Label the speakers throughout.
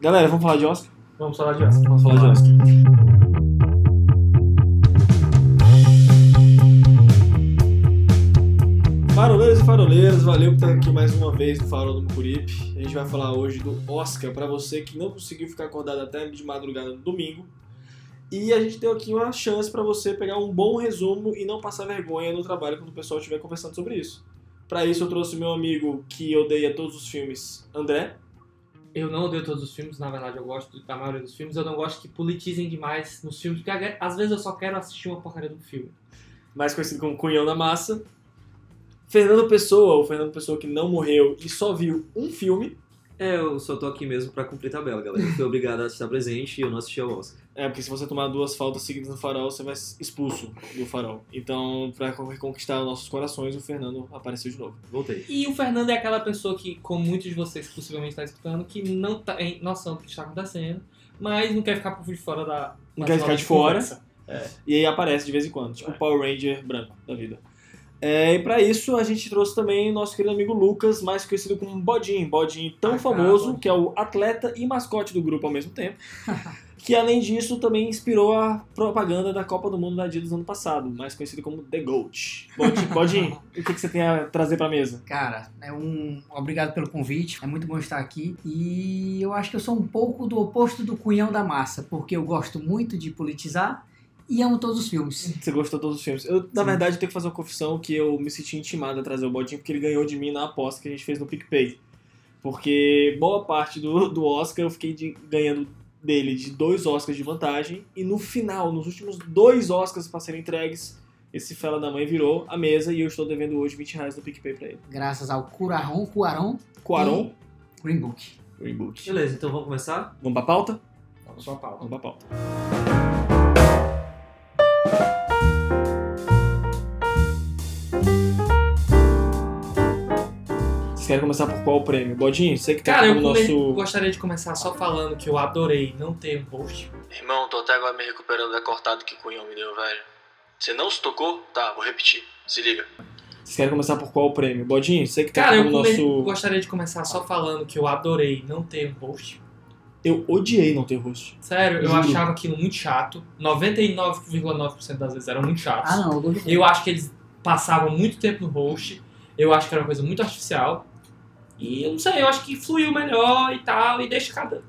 Speaker 1: Galera, vamos falar de Oscar?
Speaker 2: Vamos falar de Oscar.
Speaker 1: Vamos falar de Oscar. Faroleiros e faroleiras, valeu por estar aqui mais uma vez no Farol do Mucuripe. A gente vai falar hoje do Oscar para você que não conseguiu ficar acordado até de madrugada no domingo. E a gente deu aqui uma chance para você pegar um bom resumo e não passar vergonha no trabalho quando o pessoal estiver conversando sobre isso. Para isso eu trouxe meu amigo que odeia todos os filmes, André.
Speaker 2: Eu não odeio todos os filmes, na verdade eu gosto da maioria dos filmes. Eu não gosto que politizem demais nos filmes, porque ag- às vezes eu só quero assistir uma porcaria do filme.
Speaker 1: mais conhecido como Cunhão da Massa. Fernando Pessoa, o Fernando Pessoa que não morreu e só viu um filme,
Speaker 3: É, eu só tô aqui mesmo pra cumprir tabela, galera. Eu fui obrigado a estar presente e eu não assisti ao Oscar.
Speaker 1: é porque se você tomar duas faltas seguidas no farol, você vai ser expulso do farol. Então, pra reconquistar nossos corações, o Fernando apareceu de novo.
Speaker 3: Voltei.
Speaker 2: E o Fernando é aquela pessoa que, como muitos de vocês que possivelmente estão escutando, que não tem noção do que está acontecendo, mas não quer ficar por fora da.
Speaker 1: Não
Speaker 2: da
Speaker 1: quer
Speaker 2: sala
Speaker 1: ficar de fora.
Speaker 2: conversa.
Speaker 1: E aí aparece de vez em quando, tipo o Power Ranger branco da vida. É, e pra isso, a gente trouxe também nosso querido amigo Lucas, mais conhecido como Bodin. Bodin tão
Speaker 2: Ah, cara,
Speaker 1: famoso,
Speaker 2: Bodin.
Speaker 1: que é o atleta e mascote do grupo ao mesmo tempo. que, além disso, também inspirou a propaganda da Copa do Mundo da Adidas ano passado, mais conhecido como The Goat. Bodin, Bodin o que, que você tem a trazer pra mesa?
Speaker 4: Cara, é um obrigado pelo convite. É muito bom estar aqui. E eu acho que eu sou um pouco do oposto do cunhão da massa, porque eu gosto muito de politizar e amo todos os filmes.
Speaker 1: Você gostou de todos os filmes. Eu, na
Speaker 4: Sim.
Speaker 1: verdade, eu tenho que fazer uma confissão que eu me senti intimado a trazer o Bodinho, porque ele ganhou de mim na aposta que a gente fez no PicPay. Porque boa parte do, do Oscar eu fiquei de- ganhando dele de dois Oscars de vantagem, e no final, nos últimos dois Oscars para serem entregues, esse fela da mãe virou a mesa e eu estou devendo hoje 20 reais no PicPay pra ele.
Speaker 4: Graças ao Curaron, Cuaron,
Speaker 1: Quaron,
Speaker 4: Green Book.
Speaker 1: Green Book.
Speaker 3: Beleza, então vamos começar?
Speaker 1: Vamos pra pauta?
Speaker 2: Vamos pra pauta.
Speaker 1: Vamos pra pauta. Vocês querem começar por qual prêmio? Bodinho, você que tá
Speaker 2: Cara,
Speaker 1: aqui
Speaker 2: eu
Speaker 1: no
Speaker 2: come-
Speaker 1: nosso.
Speaker 2: gostaria de começar só falando que eu adorei não ter um host.
Speaker 5: Irmão, tô até agora me recuperando da cortada que o Cunhão me deu, velho. Você não se tocou? Tá, vou repetir. Se liga.
Speaker 1: Vocês querem começar por qual prêmio? Bodinho, você que tá
Speaker 2: Cara,
Speaker 1: aqui
Speaker 2: eu
Speaker 1: no
Speaker 2: come-
Speaker 1: nosso.
Speaker 2: gostaria de começar só falando que eu adorei não ter um host.
Speaker 1: Eu odiei não ter rosto.
Speaker 2: Sério, eu
Speaker 1: Juro.
Speaker 2: achava aquilo muito chato. 99,9% das vezes eram muito chatos.
Speaker 4: Ah, não, eu gosto
Speaker 2: Eu acho que eles passavam muito tempo no host. Eu acho que era uma coisa muito artificial. E eu não sei, eu acho que fluiu melhor e tal. E deixa cada.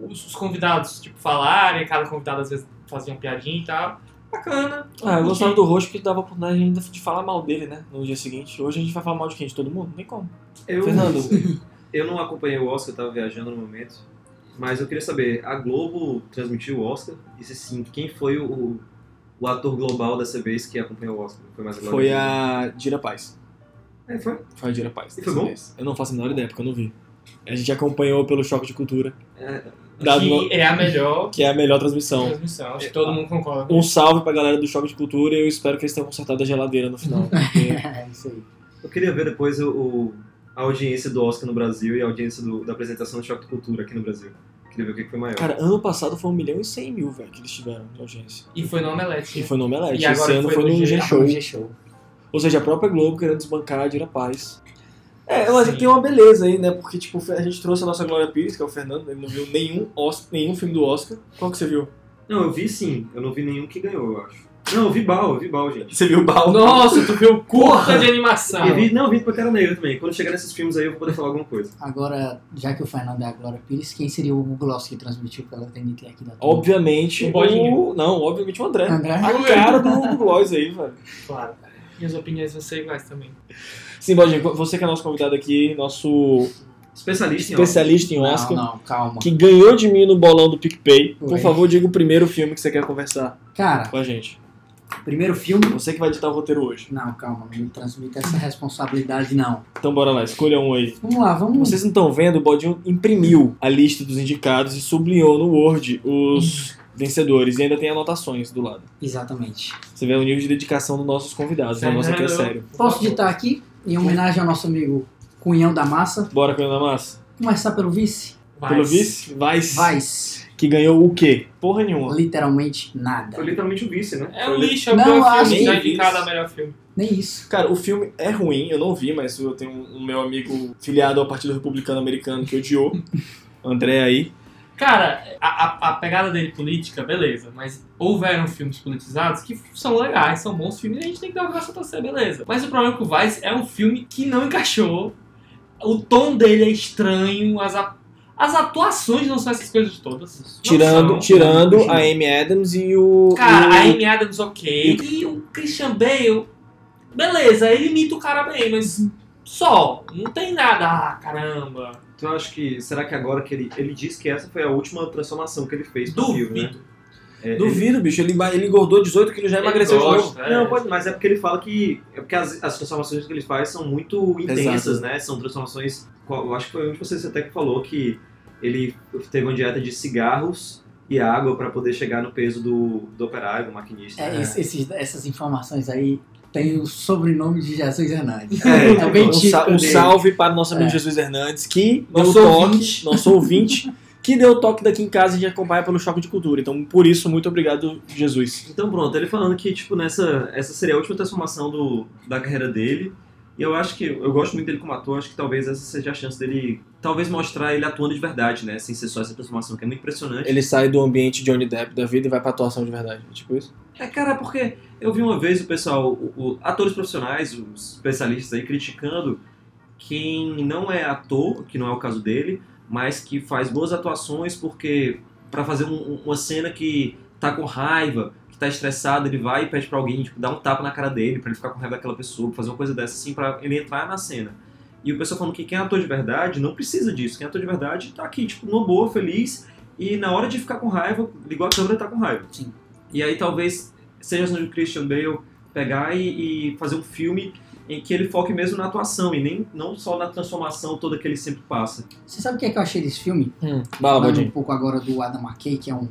Speaker 2: Os, os convidados, tipo, falarem. Cada convidado às vezes fazia uma piadinha e tal. Bacana.
Speaker 1: Ah, eu
Speaker 2: Ok.
Speaker 1: gostava do rosto porque dava a oportunidade ainda de falar mal dele, né? No dia seguinte. Hoje a gente vai falar mal de quem? De todo mundo? Nem como.
Speaker 3: Eu,
Speaker 1: Fernando.
Speaker 3: Eu não acompanhei o Oscar, eu tava viajando no momento. Mas eu queria saber, a Globo transmitiu o Oscar? E se sim, quem foi o, o ator global dessa vez que acompanhou o Oscar? Foi mais agora?
Speaker 1: Foi a Dira Paz.
Speaker 3: É, foi.
Speaker 1: Foi a Dira Paz.
Speaker 3: E foi
Speaker 1: dessa
Speaker 3: bom?
Speaker 1: vez. Eu não faço a menor ideia porque eu não vi. A gente acompanhou pelo choque de cultura.
Speaker 3: É,
Speaker 1: Da
Speaker 2: que
Speaker 1: no-
Speaker 2: é a melhor
Speaker 1: que é a melhor transmissão.
Speaker 2: transmissão. Acho que todo mundo concorda.
Speaker 1: Um salve pra galera do Choque de Cultura e eu espero que eles tenham consertado a geladeira no final. porque
Speaker 4: É isso aí.
Speaker 3: eu queria ver depois o, o- a audiência do Oscar no Brasil e a audiência do- da apresentação do Choque de Cultura aqui no Brasil. Queria ver o que que foi maior.
Speaker 1: Cara, ano passado foi 1 milhão e 100 mil, velho, que eles tiveram de audiência.
Speaker 2: E foi no
Speaker 1: E
Speaker 2: Omelete. né?
Speaker 1: foi no Omelete.
Speaker 2: E agora
Speaker 1: Esse ano
Speaker 2: foi
Speaker 1: foi
Speaker 2: no
Speaker 1: no
Speaker 2: G-
Speaker 1: G-Show.
Speaker 4: G-Show.
Speaker 1: Ou seja, a própria Globo querendo desbancar a Dira Paz. É, eu acho
Speaker 2: Sim.
Speaker 1: que tem uma beleza aí, né? Porque, tipo, a gente trouxe a nossa Glória Pires, que é o Fernando, ele não viu nenhum, Oscar, nenhum filme do Oscar. Qual que você viu?
Speaker 3: Não, eu vi sim. Eu não vi nenhum que ganhou, eu acho. Não, eu vi Bal, eu vi Bal, gente.
Speaker 1: Você viu o Bal?
Speaker 2: Nossa, tu viu curta de animação.
Speaker 3: E vi, não, eu vi Pantera Negra também. Quando chegar nesses filmes aí eu vou poder falar alguma coisa.
Speaker 4: Agora, já que o Fernando é a Glória Pires, quem seria o Hugo Gloss que transmitiu pela TNT aqui da turma?
Speaker 1: Obviamente.
Speaker 2: O Bodinho.
Speaker 1: o- Não, obviamente o André.
Speaker 4: André?
Speaker 1: A cara do Hugo Gloss aí, velho.
Speaker 2: Claro. Minhas opiniões vão ser iguais também.
Speaker 1: Sim, Bodinho, você que é nosso convidado aqui, nosso
Speaker 3: Especialista em
Speaker 1: especialista em Oscar,
Speaker 4: Não, não, calma.
Speaker 1: que ganhou de mim no bolão do PicPay. Por
Speaker 4: Ué.
Speaker 1: favor, diga o primeiro filme que você quer conversar
Speaker 4: Cara,
Speaker 1: com a gente.
Speaker 4: primeiro filme.
Speaker 1: Você que vai editar o roteiro hoje.
Speaker 4: Não, calma, não me transmita essa responsabilidade, não.
Speaker 1: Então bora lá, escolha um aí.
Speaker 4: Vamos lá, vamos.
Speaker 1: Vocês não estão vendo, o Bodinho imprimiu a lista dos indicados e sublinhou no Word os vencedores. E ainda tem anotações do lado.
Speaker 4: Exatamente.
Speaker 1: Você vê o nível de dedicação dos nossos convidados. O negócio aqui é sério.
Speaker 4: Posso ditar aqui, em homenagem ao nosso amigo Cunhão da Massa,
Speaker 1: Bora, Coelho da Massa.
Speaker 4: começar pelo vice?
Speaker 2: Vai.
Speaker 1: Pelo vice, Vice,
Speaker 4: Vice.
Speaker 1: que ganhou o quê? Porra nenhuma.
Speaker 4: Literalmente
Speaker 3: Foi
Speaker 4: nada.
Speaker 3: literalmente o vice, né?
Speaker 2: É
Speaker 3: Foi
Speaker 2: um
Speaker 3: li-
Speaker 2: lixo, é o
Speaker 4: Não,
Speaker 2: pior
Speaker 4: acho
Speaker 2: filme
Speaker 1: que-
Speaker 2: já indicado a melhor filme.
Speaker 4: Nem isso.
Speaker 1: Cara, o filme é ruim, eu não vi, mas eu tenho um um meu amigo filiado ao Partido Republicano Americano que odiou, André aí.
Speaker 2: Cara, a, a- a pegada dele política, beleza, mas houveram filmes politizados que são legais, são bons filmes, e a gente tem que dar o braço a torcer, beleza. Mas o problema com o Vice é um filme que não encaixou, o tom dele é estranho, as, a- as atuações não são essas coisas todas. Não
Speaker 1: Tirando,
Speaker 2: são.
Speaker 1: tirando a Amy Adams e o.
Speaker 2: Cara,
Speaker 1: e o-
Speaker 2: a Amy Adams ok, e o Christian Bale, beleza, ele imita o cara bem, mas só, não tem nada, ah, caramba.
Speaker 3: Então eu acho que. Será que agora que ele. Ele diz que essa foi a última transformação que ele fez pro filme, né?
Speaker 2: Duvido.
Speaker 3: É, ele-
Speaker 1: Duvido, bicho. Ele, ba- ele engordou 18 quilos já
Speaker 2: Ele
Speaker 1: emagreceu de
Speaker 2: gosta,
Speaker 1: novo.
Speaker 2: é.
Speaker 3: Não, pode, mas é porque ele fala que. É porque as, as transformações que ele faz são muito intensas, né? São transformações. Eu acho que foi um de vocês até que falou que ele teve uma dieta de cigarros e água pra poder chegar no peso do, do operário, do maquinista.
Speaker 4: É,
Speaker 3: né?
Speaker 4: esse- esses- essas informações aí tem o sobrenome de Jesus Hernandes.
Speaker 3: É,
Speaker 4: É bem
Speaker 1: Um, sa-
Speaker 4: típico
Speaker 1: um
Speaker 4: dele.
Speaker 1: salve para o nosso amigo
Speaker 4: É.
Speaker 1: Jesus Hernandes, que
Speaker 2: Nosso
Speaker 1: deu o toque,
Speaker 2: ouvinte.
Speaker 1: nosso ouvinte, que deu o toque daqui em casa e a gente acompanha pelo Choque de Cultura. Então, por isso, muito obrigado, Jesus.
Speaker 3: Então pronto, ele falando que tipo nessa essa seria a última transformação do, da carreira dele. E eu acho que eu gosto muito dele como ator, acho que talvez essa seja a chance dele talvez mostrar ele atuando de verdade, né, sem ser só essa transformação que é muito impressionante.
Speaker 1: Ele sai do ambiente Johnny Depp da vida e vai pra atuação de verdade. É tipo isso?
Speaker 3: É, cara, porque eu vi uma vez o pessoal, o, o- atores profissionais, os especialistas aí criticando quem não é ator, que não é o caso dele, mas que faz boas atuações porque pra fazer um- uma cena que tá com raiva, que tá estressado, ele vai e pede pra alguém tipo, dar um tapa na cara dele pra ele ficar com raiva daquela pessoa, pra fazer uma coisa dessa assim pra ele entrar na cena. E o pessoal falando que quem é ator de verdade não precisa disso, quem é ator de verdade tá aqui tipo numa boa, feliz. E na hora de ficar com raiva, ligou a câmera e tá com raiva.
Speaker 4: Sim.
Speaker 3: E aí talvez seja no Christian Bale pegar e, e fazer um filme em que ele foque mesmo na atuação e nem não só na transformação toda que ele sempre passa.
Speaker 4: Você sabe o que, é que eu achei desse filme?
Speaker 1: Bala,
Speaker 4: Falando um
Speaker 1: Hum. Bodinho.
Speaker 4: pouco agora do Adam McKay, que é um,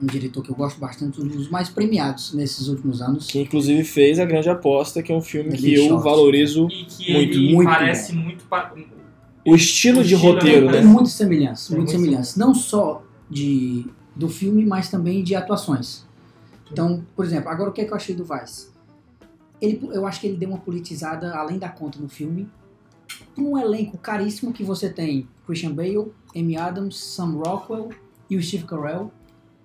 Speaker 4: um diretor que eu gosto bastante, um dos mais premiados nesses últimos anos.
Speaker 1: Que inclusive fez a grande aposta, que é um filme que
Speaker 4: Big
Speaker 1: eu
Speaker 4: Short.
Speaker 1: valorizo
Speaker 2: E que
Speaker 1: Muito,
Speaker 2: ele
Speaker 4: muito
Speaker 2: parece muito. pa-
Speaker 1: o estilo de
Speaker 2: O estilo
Speaker 1: roteiro,
Speaker 2: é-
Speaker 1: né?
Speaker 4: Tem muita semelhança,
Speaker 2: Tem
Speaker 4: muita
Speaker 2: muita
Speaker 4: semelhança. Não só de, do filme, mas também de atuações. Então, por exemplo, agora o que, é que eu achei do Vice? Ele, eu acho que ele deu uma politizada além da conta no filme. Um elenco caríssimo que você tem Christian Bale, Amy Adams, Sam Rockwell e o Steve Carell,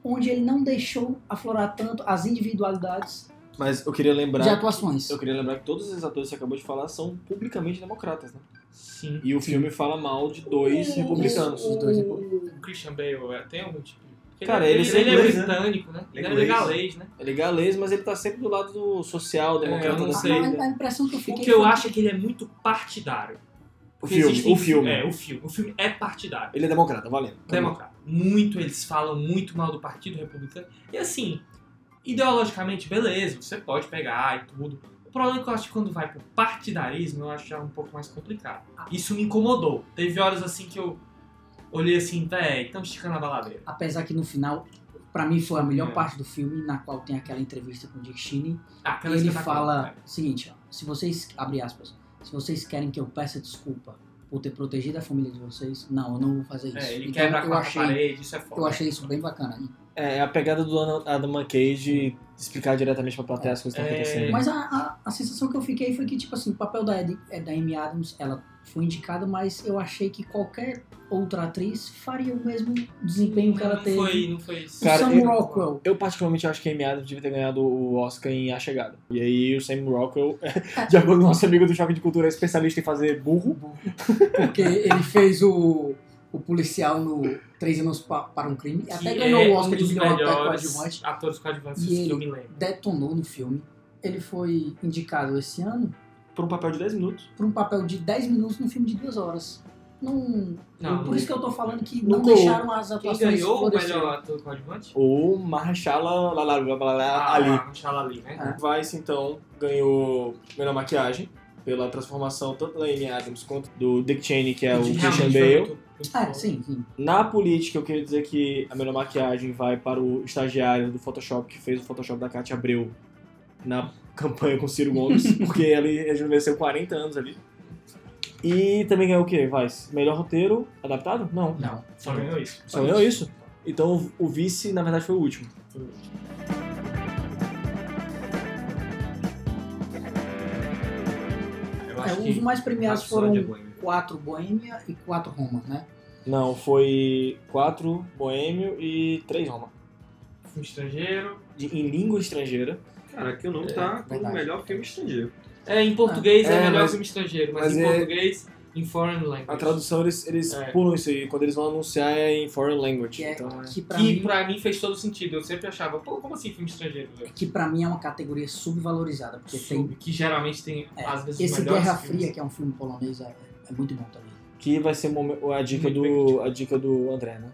Speaker 4: onde ele não deixou aflorar tanto as individualidades
Speaker 1: Mas eu queria
Speaker 4: de
Speaker 1: lembrar.
Speaker 4: atuações.
Speaker 1: Eu queria lembrar que todos esses atores que você acabou de falar são publicamente democratas, né?
Speaker 2: Sim.
Speaker 1: E o filme fala mal de dois
Speaker 4: Isso,
Speaker 1: republicanos.
Speaker 4: os dois republicanos.
Speaker 2: O Christian Bale é, tem algum tipo. Porque
Speaker 1: Cara,
Speaker 2: ele,
Speaker 1: ele
Speaker 2: ele,
Speaker 1: é
Speaker 2: ele é
Speaker 3: inglês, né?
Speaker 2: britânico, né? Ele é
Speaker 3: Inglês.
Speaker 2: galês, né?
Speaker 1: Ele é galês, mas ele tá sempre do lado do social, democrata
Speaker 2: É, eu não
Speaker 1: da
Speaker 2: sei.
Speaker 1: vida.
Speaker 4: A, a impressão que eu
Speaker 2: O
Speaker 4: fiquei
Speaker 2: que eu
Speaker 4: foi-
Speaker 2: acho é que ele é muito partidário.
Speaker 1: O
Speaker 2: Porque
Speaker 1: filme,
Speaker 2: existem-
Speaker 1: o filme.
Speaker 2: É, o Tá filme. O filme é partidário.
Speaker 1: Ele é democrata,
Speaker 4: Tá
Speaker 1: valendo.
Speaker 2: Democrata. Muito, eles falam muito mal do Partido Republicano. E assim, ideologicamente, beleza, você pode pegar e tudo. O problema é que eu acho que quando vai pro partidarismo, eu acho já um pouco mais complicado.
Speaker 4: Ah.
Speaker 2: Isso me incomodou. Teve horas assim que eu olhei assim, véi, estão esticando a baladeira.
Speaker 4: apesar que no final, pra mim foi a melhor
Speaker 2: É.
Speaker 4: parte do filme, na qual tem aquela entrevista com o Dick Cheney,
Speaker 2: Ah,
Speaker 4: e
Speaker 2: aquela
Speaker 4: ele
Speaker 2: espetacular, né?
Speaker 4: fala
Speaker 2: cara.
Speaker 4: o seguinte, ó, se vocês, abre aspas, se vocês querem que eu peça desculpa por ter protegido a família de vocês, não, eu não vou fazer isso.
Speaker 2: É, ele
Speaker 4: Então,
Speaker 2: quebra a
Speaker 4: eu
Speaker 2: quarta
Speaker 4: achei,
Speaker 2: parede, isso é foda.
Speaker 4: eu achei isso um bem bacana.
Speaker 1: É, a pegada do Ana- Adam McKay de explicar diretamente pra plateia as coisas que estão
Speaker 2: É.
Speaker 1: acontecendo.
Speaker 4: Mas a, a, a sensação que eu fiquei foi que, tipo assim, o papel da, Ed, é da Amy Adams, ela foi indicada, mas eu achei que qualquer outra atriz faria o mesmo desempenho que ela
Speaker 2: não
Speaker 4: teve.
Speaker 2: Foi, não foi isso.
Speaker 4: O
Speaker 1: Cara,
Speaker 4: Sam
Speaker 1: eu-
Speaker 4: Rockwell.
Speaker 1: Eu particularmente acho que a Amy Adams devia ter ganhado o Oscar em A Chegada. E aí o Sam Rockwell, de acordo com o nosso amigo do Choque de Cultura, é especialista em fazer burro.
Speaker 4: Porque ele fez o, o policial no Três Anos Pa- para um Crime. E até
Speaker 2: Que
Speaker 4: ganhou
Speaker 2: é
Speaker 4: o Oscar
Speaker 2: um
Speaker 4: de
Speaker 2: dos
Speaker 4: melhor ator
Speaker 2: melhores
Speaker 4: coadjuvante.
Speaker 2: atores coadjuvantes
Speaker 4: E
Speaker 2: que
Speaker 4: ele-
Speaker 2: eu me lembro.
Speaker 4: Detonou no filme. Ele foi indicado esse ano
Speaker 1: Por um papel de 10 minutos.
Speaker 4: por um papel de 10 minutos num filme de duas horas. Não,
Speaker 2: Não,
Speaker 4: por
Speaker 2: não- é
Speaker 4: isso que eu tô falando que
Speaker 1: não
Speaker 4: não,
Speaker 1: colou.
Speaker 4: deixaram as
Speaker 2: Quem
Speaker 4: atuações
Speaker 2: ganhou o
Speaker 4: florescerem.
Speaker 2: melhor ator coadjuvante?
Speaker 1: Ou Mahershala lá, lá, lá, lá, lá, ali.
Speaker 2: Ah, Mahershala Ali, né?
Speaker 1: Vice, então, ganhou melhor maquiagem pela transformação tanto da Amy Adams quanto do Dick Cheney, que é o
Speaker 2: Realmente
Speaker 1: Christian
Speaker 2: foi
Speaker 1: Bale.
Speaker 2: muito- muito
Speaker 4: É,
Speaker 2: bom.
Speaker 4: sim, sim.
Speaker 1: Na política, eu queria dizer que a melhor maquiagem vai para o estagiário do Photoshop que fez o Photoshop da Katia Abreu na campanha com o Ciro Gomes, porque ele rejuvenesceu 40 anos ali. E também ganhou o quê, Vice? Melhor roteiro adaptado? Não.
Speaker 4: Não.
Speaker 2: Só ganhou isso.
Speaker 1: Só ganhou isso. Então o vice, na verdade, foi o último.
Speaker 2: Eu
Speaker 4: É,
Speaker 2: acho
Speaker 4: os
Speaker 2: que
Speaker 4: mais premiados
Speaker 3: Rhapsody
Speaker 4: foram
Speaker 3: é boêmio.
Speaker 4: um- quatro Boêmia e quatro Roma, né?
Speaker 1: Não, foi quatro boêmio e três Roma.
Speaker 2: Filme estrangeiro.
Speaker 1: De- em língua estrangeira.
Speaker 3: Cara, aqui o nome tá como o
Speaker 4: verdade.
Speaker 3: melhor filme estrangeiro.
Speaker 2: É, em português é,
Speaker 1: É,
Speaker 2: melhor
Speaker 1: mas-
Speaker 2: filme estrangeiro, mas,
Speaker 1: mas
Speaker 2: em
Speaker 1: é-
Speaker 2: português, em foreign language.
Speaker 1: A tradução eles, eles
Speaker 2: É.
Speaker 1: pulam isso aí. Quando eles vão anunciar é em foreign language.
Speaker 4: Que é-
Speaker 1: Então, é.
Speaker 4: Que pra,
Speaker 2: Que
Speaker 4: mim,
Speaker 2: pra mim fez todo sentido. Eu sempre achava, pô, como assim filme estrangeiro? velho?
Speaker 4: que pra mim é uma categoria subvalorizada, porque tem.
Speaker 2: Sub, Que geralmente tem,
Speaker 4: É,
Speaker 2: às vezes, os
Speaker 4: Esse
Speaker 2: melhores
Speaker 4: Guerra
Speaker 2: filmes.
Speaker 4: Fria, que é um filme polonês, é, é muito bom também.
Speaker 1: Que vai ser o momen- a dica,
Speaker 2: Muito bem
Speaker 1: do, a dica do André, né?